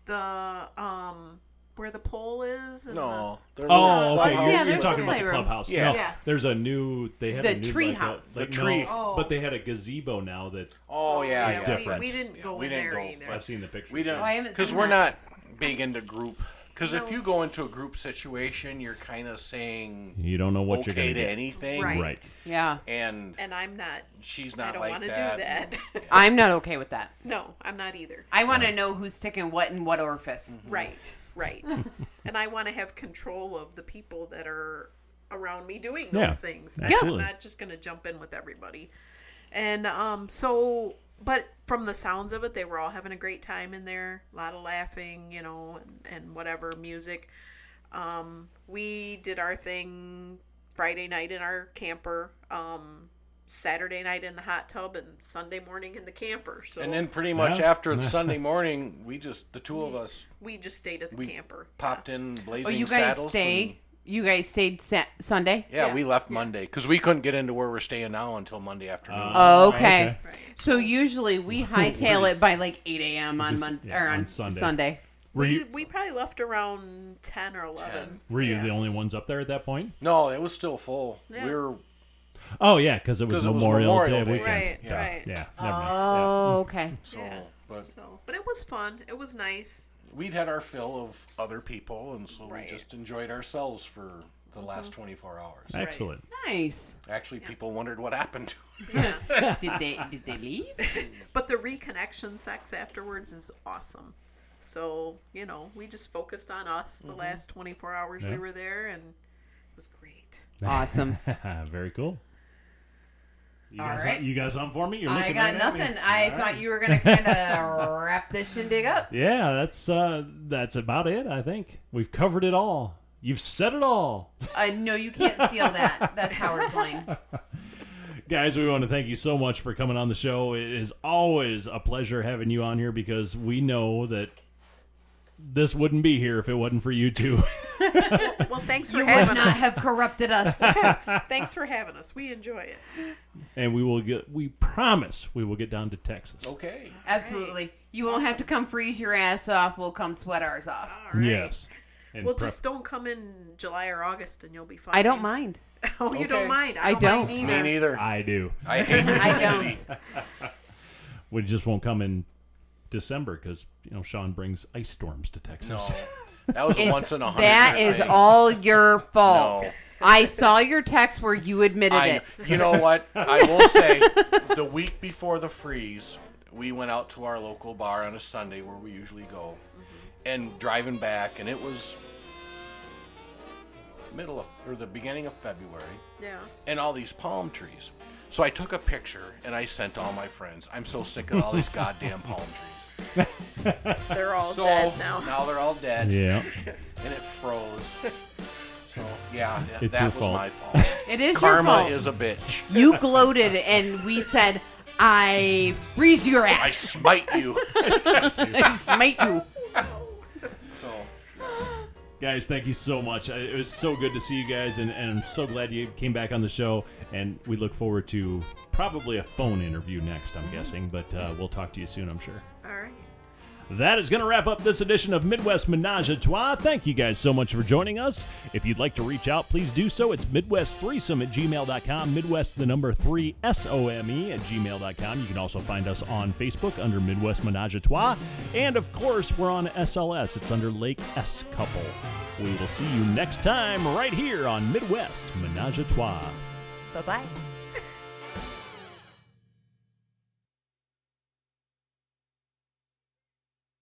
[SPEAKER 4] The um, where the pole is. And the-
[SPEAKER 5] No. they're
[SPEAKER 1] Oh,
[SPEAKER 5] little
[SPEAKER 1] okay. You're,
[SPEAKER 5] clubhouse
[SPEAKER 3] Yeah,
[SPEAKER 1] you're
[SPEAKER 3] there's
[SPEAKER 5] things.
[SPEAKER 3] a
[SPEAKER 1] talking about the
[SPEAKER 3] playroom.
[SPEAKER 1] clubhouse.
[SPEAKER 5] Yeah.
[SPEAKER 1] No,
[SPEAKER 4] Yes.
[SPEAKER 1] There's a new. They had
[SPEAKER 3] The
[SPEAKER 1] a new
[SPEAKER 3] tree
[SPEAKER 1] like, a-
[SPEAKER 3] house. Oh.
[SPEAKER 1] like,
[SPEAKER 5] The
[SPEAKER 1] no,
[SPEAKER 5] tree.
[SPEAKER 1] But they had a gazebo now that
[SPEAKER 5] Oh, yeah. yeah.
[SPEAKER 4] we-
[SPEAKER 1] different.
[SPEAKER 4] We, didn't
[SPEAKER 5] Yeah,
[SPEAKER 4] go
[SPEAKER 5] we
[SPEAKER 4] in
[SPEAKER 5] didn't
[SPEAKER 4] there
[SPEAKER 5] go,
[SPEAKER 4] either.
[SPEAKER 5] but-
[SPEAKER 1] I've seen the pictures.
[SPEAKER 5] We
[SPEAKER 1] of.
[SPEAKER 5] don't.
[SPEAKER 3] Oh, I haven't
[SPEAKER 5] Because
[SPEAKER 3] seen
[SPEAKER 5] we're
[SPEAKER 3] that.
[SPEAKER 5] not big into group. Because if you go into a group situation, you're kind of saying
[SPEAKER 1] You don't know what you're
[SPEAKER 5] okay
[SPEAKER 1] gonna
[SPEAKER 5] to
[SPEAKER 1] get.
[SPEAKER 5] anything.
[SPEAKER 4] Right.
[SPEAKER 1] Right.
[SPEAKER 3] Yeah.
[SPEAKER 5] And
[SPEAKER 4] and I'm not.
[SPEAKER 5] she's
[SPEAKER 4] I
[SPEAKER 5] not
[SPEAKER 4] don't
[SPEAKER 5] like
[SPEAKER 4] want to do
[SPEAKER 5] that.
[SPEAKER 4] that. (laughs)
[SPEAKER 3] I'm not okay with that.
[SPEAKER 4] no, I'm not either.
[SPEAKER 3] I want to know who's sticking what in what orifice.
[SPEAKER 4] Right,
[SPEAKER 1] (laughs)
[SPEAKER 4] right. and I want to have control of the people that are around me doing those
[SPEAKER 1] Yeah,
[SPEAKER 4] things.
[SPEAKER 1] absolutely.
[SPEAKER 4] I'm not just going to jump in with everybody. And um, so, but from the sounds of it, they were all having a great time in there. A lot of laughing, you know, and, and whatever music. Um, we did our thing Friday night in our camper. Um, Saturday night in the hot tub and Sunday morning in the camper. So
[SPEAKER 5] And then pretty much
[SPEAKER 1] Yeah.
[SPEAKER 5] after
[SPEAKER 1] (laughs)
[SPEAKER 5] Sunday morning, we just, the two of us
[SPEAKER 4] we just stayed at the
[SPEAKER 5] we
[SPEAKER 4] camper.
[SPEAKER 5] popped in blazing
[SPEAKER 3] Oh, you guys
[SPEAKER 5] saddles. and-
[SPEAKER 3] stay. You guys stayed sa- Sunday.
[SPEAKER 5] yeah, we left Monday because we couldn't get into where we're staying now until Monday afternoon.
[SPEAKER 3] Oh, okay.
[SPEAKER 1] Uh, okay.
[SPEAKER 3] So usually we hightail it by like 8 a.m. on
[SPEAKER 1] Just-
[SPEAKER 3] Monday
[SPEAKER 1] yeah,
[SPEAKER 3] or on,
[SPEAKER 1] on Sunday.
[SPEAKER 3] Sunday.
[SPEAKER 1] Were
[SPEAKER 4] we,
[SPEAKER 1] you
[SPEAKER 4] we probably left around 10 or 11
[SPEAKER 1] were you the only ones up there at that point?
[SPEAKER 5] No, it was still full.
[SPEAKER 4] Yeah.
[SPEAKER 5] We were
[SPEAKER 1] Oh yeah, because it was
[SPEAKER 5] 'Cause it was
[SPEAKER 1] Memorial,
[SPEAKER 5] Memorial
[SPEAKER 1] Day,
[SPEAKER 5] Day.
[SPEAKER 1] weekend.
[SPEAKER 4] right
[SPEAKER 5] Yeah.
[SPEAKER 4] right
[SPEAKER 1] Yeah, never mind.
[SPEAKER 3] Oh, okay.
[SPEAKER 5] so,
[SPEAKER 4] Yeah.
[SPEAKER 5] but
[SPEAKER 4] so but it was fun it was nice
[SPEAKER 5] we'd had our fill of other people, and so
[SPEAKER 4] Right.
[SPEAKER 5] we just enjoyed ourselves for the last 24 hours.
[SPEAKER 1] Yeah. Excellent. (laughs)
[SPEAKER 3] Nice.
[SPEAKER 5] Actually, people wondered what happened. to us.
[SPEAKER 3] Did they did they leave?
[SPEAKER 4] but the reconnection sex afterwards is awesome so you know we just focused on us
[SPEAKER 5] Mm-hmm.
[SPEAKER 4] the last 24 hours
[SPEAKER 1] Yeah.
[SPEAKER 4] we were there and it was
[SPEAKER 5] (laughs)
[SPEAKER 4] great
[SPEAKER 3] Awesome.
[SPEAKER 1] Very cool. You
[SPEAKER 3] All
[SPEAKER 1] guys,
[SPEAKER 3] right.
[SPEAKER 1] you guys on for me? You're
[SPEAKER 3] I
[SPEAKER 1] looking
[SPEAKER 3] got
[SPEAKER 1] right at me.
[SPEAKER 3] nothing. I
[SPEAKER 1] All
[SPEAKER 3] thought
[SPEAKER 1] right.
[SPEAKER 3] you were gonna
[SPEAKER 1] (laughs)
[SPEAKER 3] kind of wrap this shindig up.
[SPEAKER 1] Yeah, that's uh, that's about it. I think we've covered it all. You've said it all.
[SPEAKER 3] I know Uh, you can't steal that. That's
[SPEAKER 1] (laughs)
[SPEAKER 3] Howard's line.
[SPEAKER 1] Guys, we want to thank you so much for coming on the show. It is always a pleasure having you on here because we know that this wouldn't be here if it wasn't for you
[SPEAKER 4] (laughs)
[SPEAKER 1] two.
[SPEAKER 4] well thanks for
[SPEAKER 3] You would
[SPEAKER 4] having
[SPEAKER 3] not
[SPEAKER 4] us
[SPEAKER 3] have corrupted
[SPEAKER 1] (laughs)
[SPEAKER 3] us.
[SPEAKER 4] thanks for having us we enjoy it
[SPEAKER 1] and we will get we promise we will get down to Texas.
[SPEAKER 5] okay.
[SPEAKER 3] Absolutely. You won't have to come freeze your ass off. We'll come sweat ours off.
[SPEAKER 4] all right
[SPEAKER 1] Yes. And
[SPEAKER 4] well
[SPEAKER 1] prep-
[SPEAKER 4] just don't come in july or august and you'll be fine
[SPEAKER 3] I don't mind.
[SPEAKER 4] (laughs) oh you
[SPEAKER 5] Okay.
[SPEAKER 4] don't mind
[SPEAKER 3] I
[SPEAKER 4] i don't,
[SPEAKER 3] don't.
[SPEAKER 4] Mind
[SPEAKER 5] Me
[SPEAKER 4] either.
[SPEAKER 5] neither.
[SPEAKER 1] I do.
[SPEAKER 5] I hate
[SPEAKER 3] I don't.
[SPEAKER 1] We just won't come in December because you know Sean brings ice storms to Texas.
[SPEAKER 5] No, that was a
[SPEAKER 3] It's-
[SPEAKER 5] once in a hundred.
[SPEAKER 3] That
[SPEAKER 5] year
[SPEAKER 3] is
[SPEAKER 5] thing.
[SPEAKER 3] all your fault.
[SPEAKER 5] (laughs) No.
[SPEAKER 3] I saw your text where you admitted
[SPEAKER 5] I,
[SPEAKER 3] it.
[SPEAKER 5] you know what? I will say, the week before the freeze, we went out to our local bar on a Sunday where we usually go, and driving back, and it was middle of or the beginning of February, (laughs)
[SPEAKER 4] yeah
[SPEAKER 5] and all these palm trees. So I took a picture and I sent to all my friends. I'm so sick of all these goddamn palm trees.
[SPEAKER 4] they're all
[SPEAKER 5] so
[SPEAKER 4] dead now
[SPEAKER 5] they're all dead,
[SPEAKER 1] (laughs) Yeah.
[SPEAKER 5] and it froze. So yeah, th-
[SPEAKER 1] It's
[SPEAKER 5] that
[SPEAKER 1] your
[SPEAKER 5] was
[SPEAKER 1] fault.
[SPEAKER 5] my fault.
[SPEAKER 3] It is your
[SPEAKER 5] Karma
[SPEAKER 3] fault.
[SPEAKER 5] is a bitch.
[SPEAKER 3] You gloated, and we said, "I freeze your
[SPEAKER 5] I
[SPEAKER 3] ass,
[SPEAKER 5] smite you.
[SPEAKER 3] I smite you."
[SPEAKER 1] Guys, thank you so much. I- It was so good to see you guys, and, and I'm so glad you came back on the show. And we look forward to probably a phone interview next, I'm guessing, but uh, we'll talk to you soon, I'm sure.
[SPEAKER 4] All right.
[SPEAKER 1] That is going to wrap up this edition of Midwest Menage a Trois. Thank you guys so much for joining us. If you'd like to reach out, please do so. It's MidwestThreesome at gmail.com, Midwest the number three, S O M E at gmail.com. You can also find us on Facebook under Midwest Menage a Trois. And of course, we're on SLS, it's under Lake S Couple. We will see you next time right here on Midwest Menage a Trois.
[SPEAKER 3] Bye bye.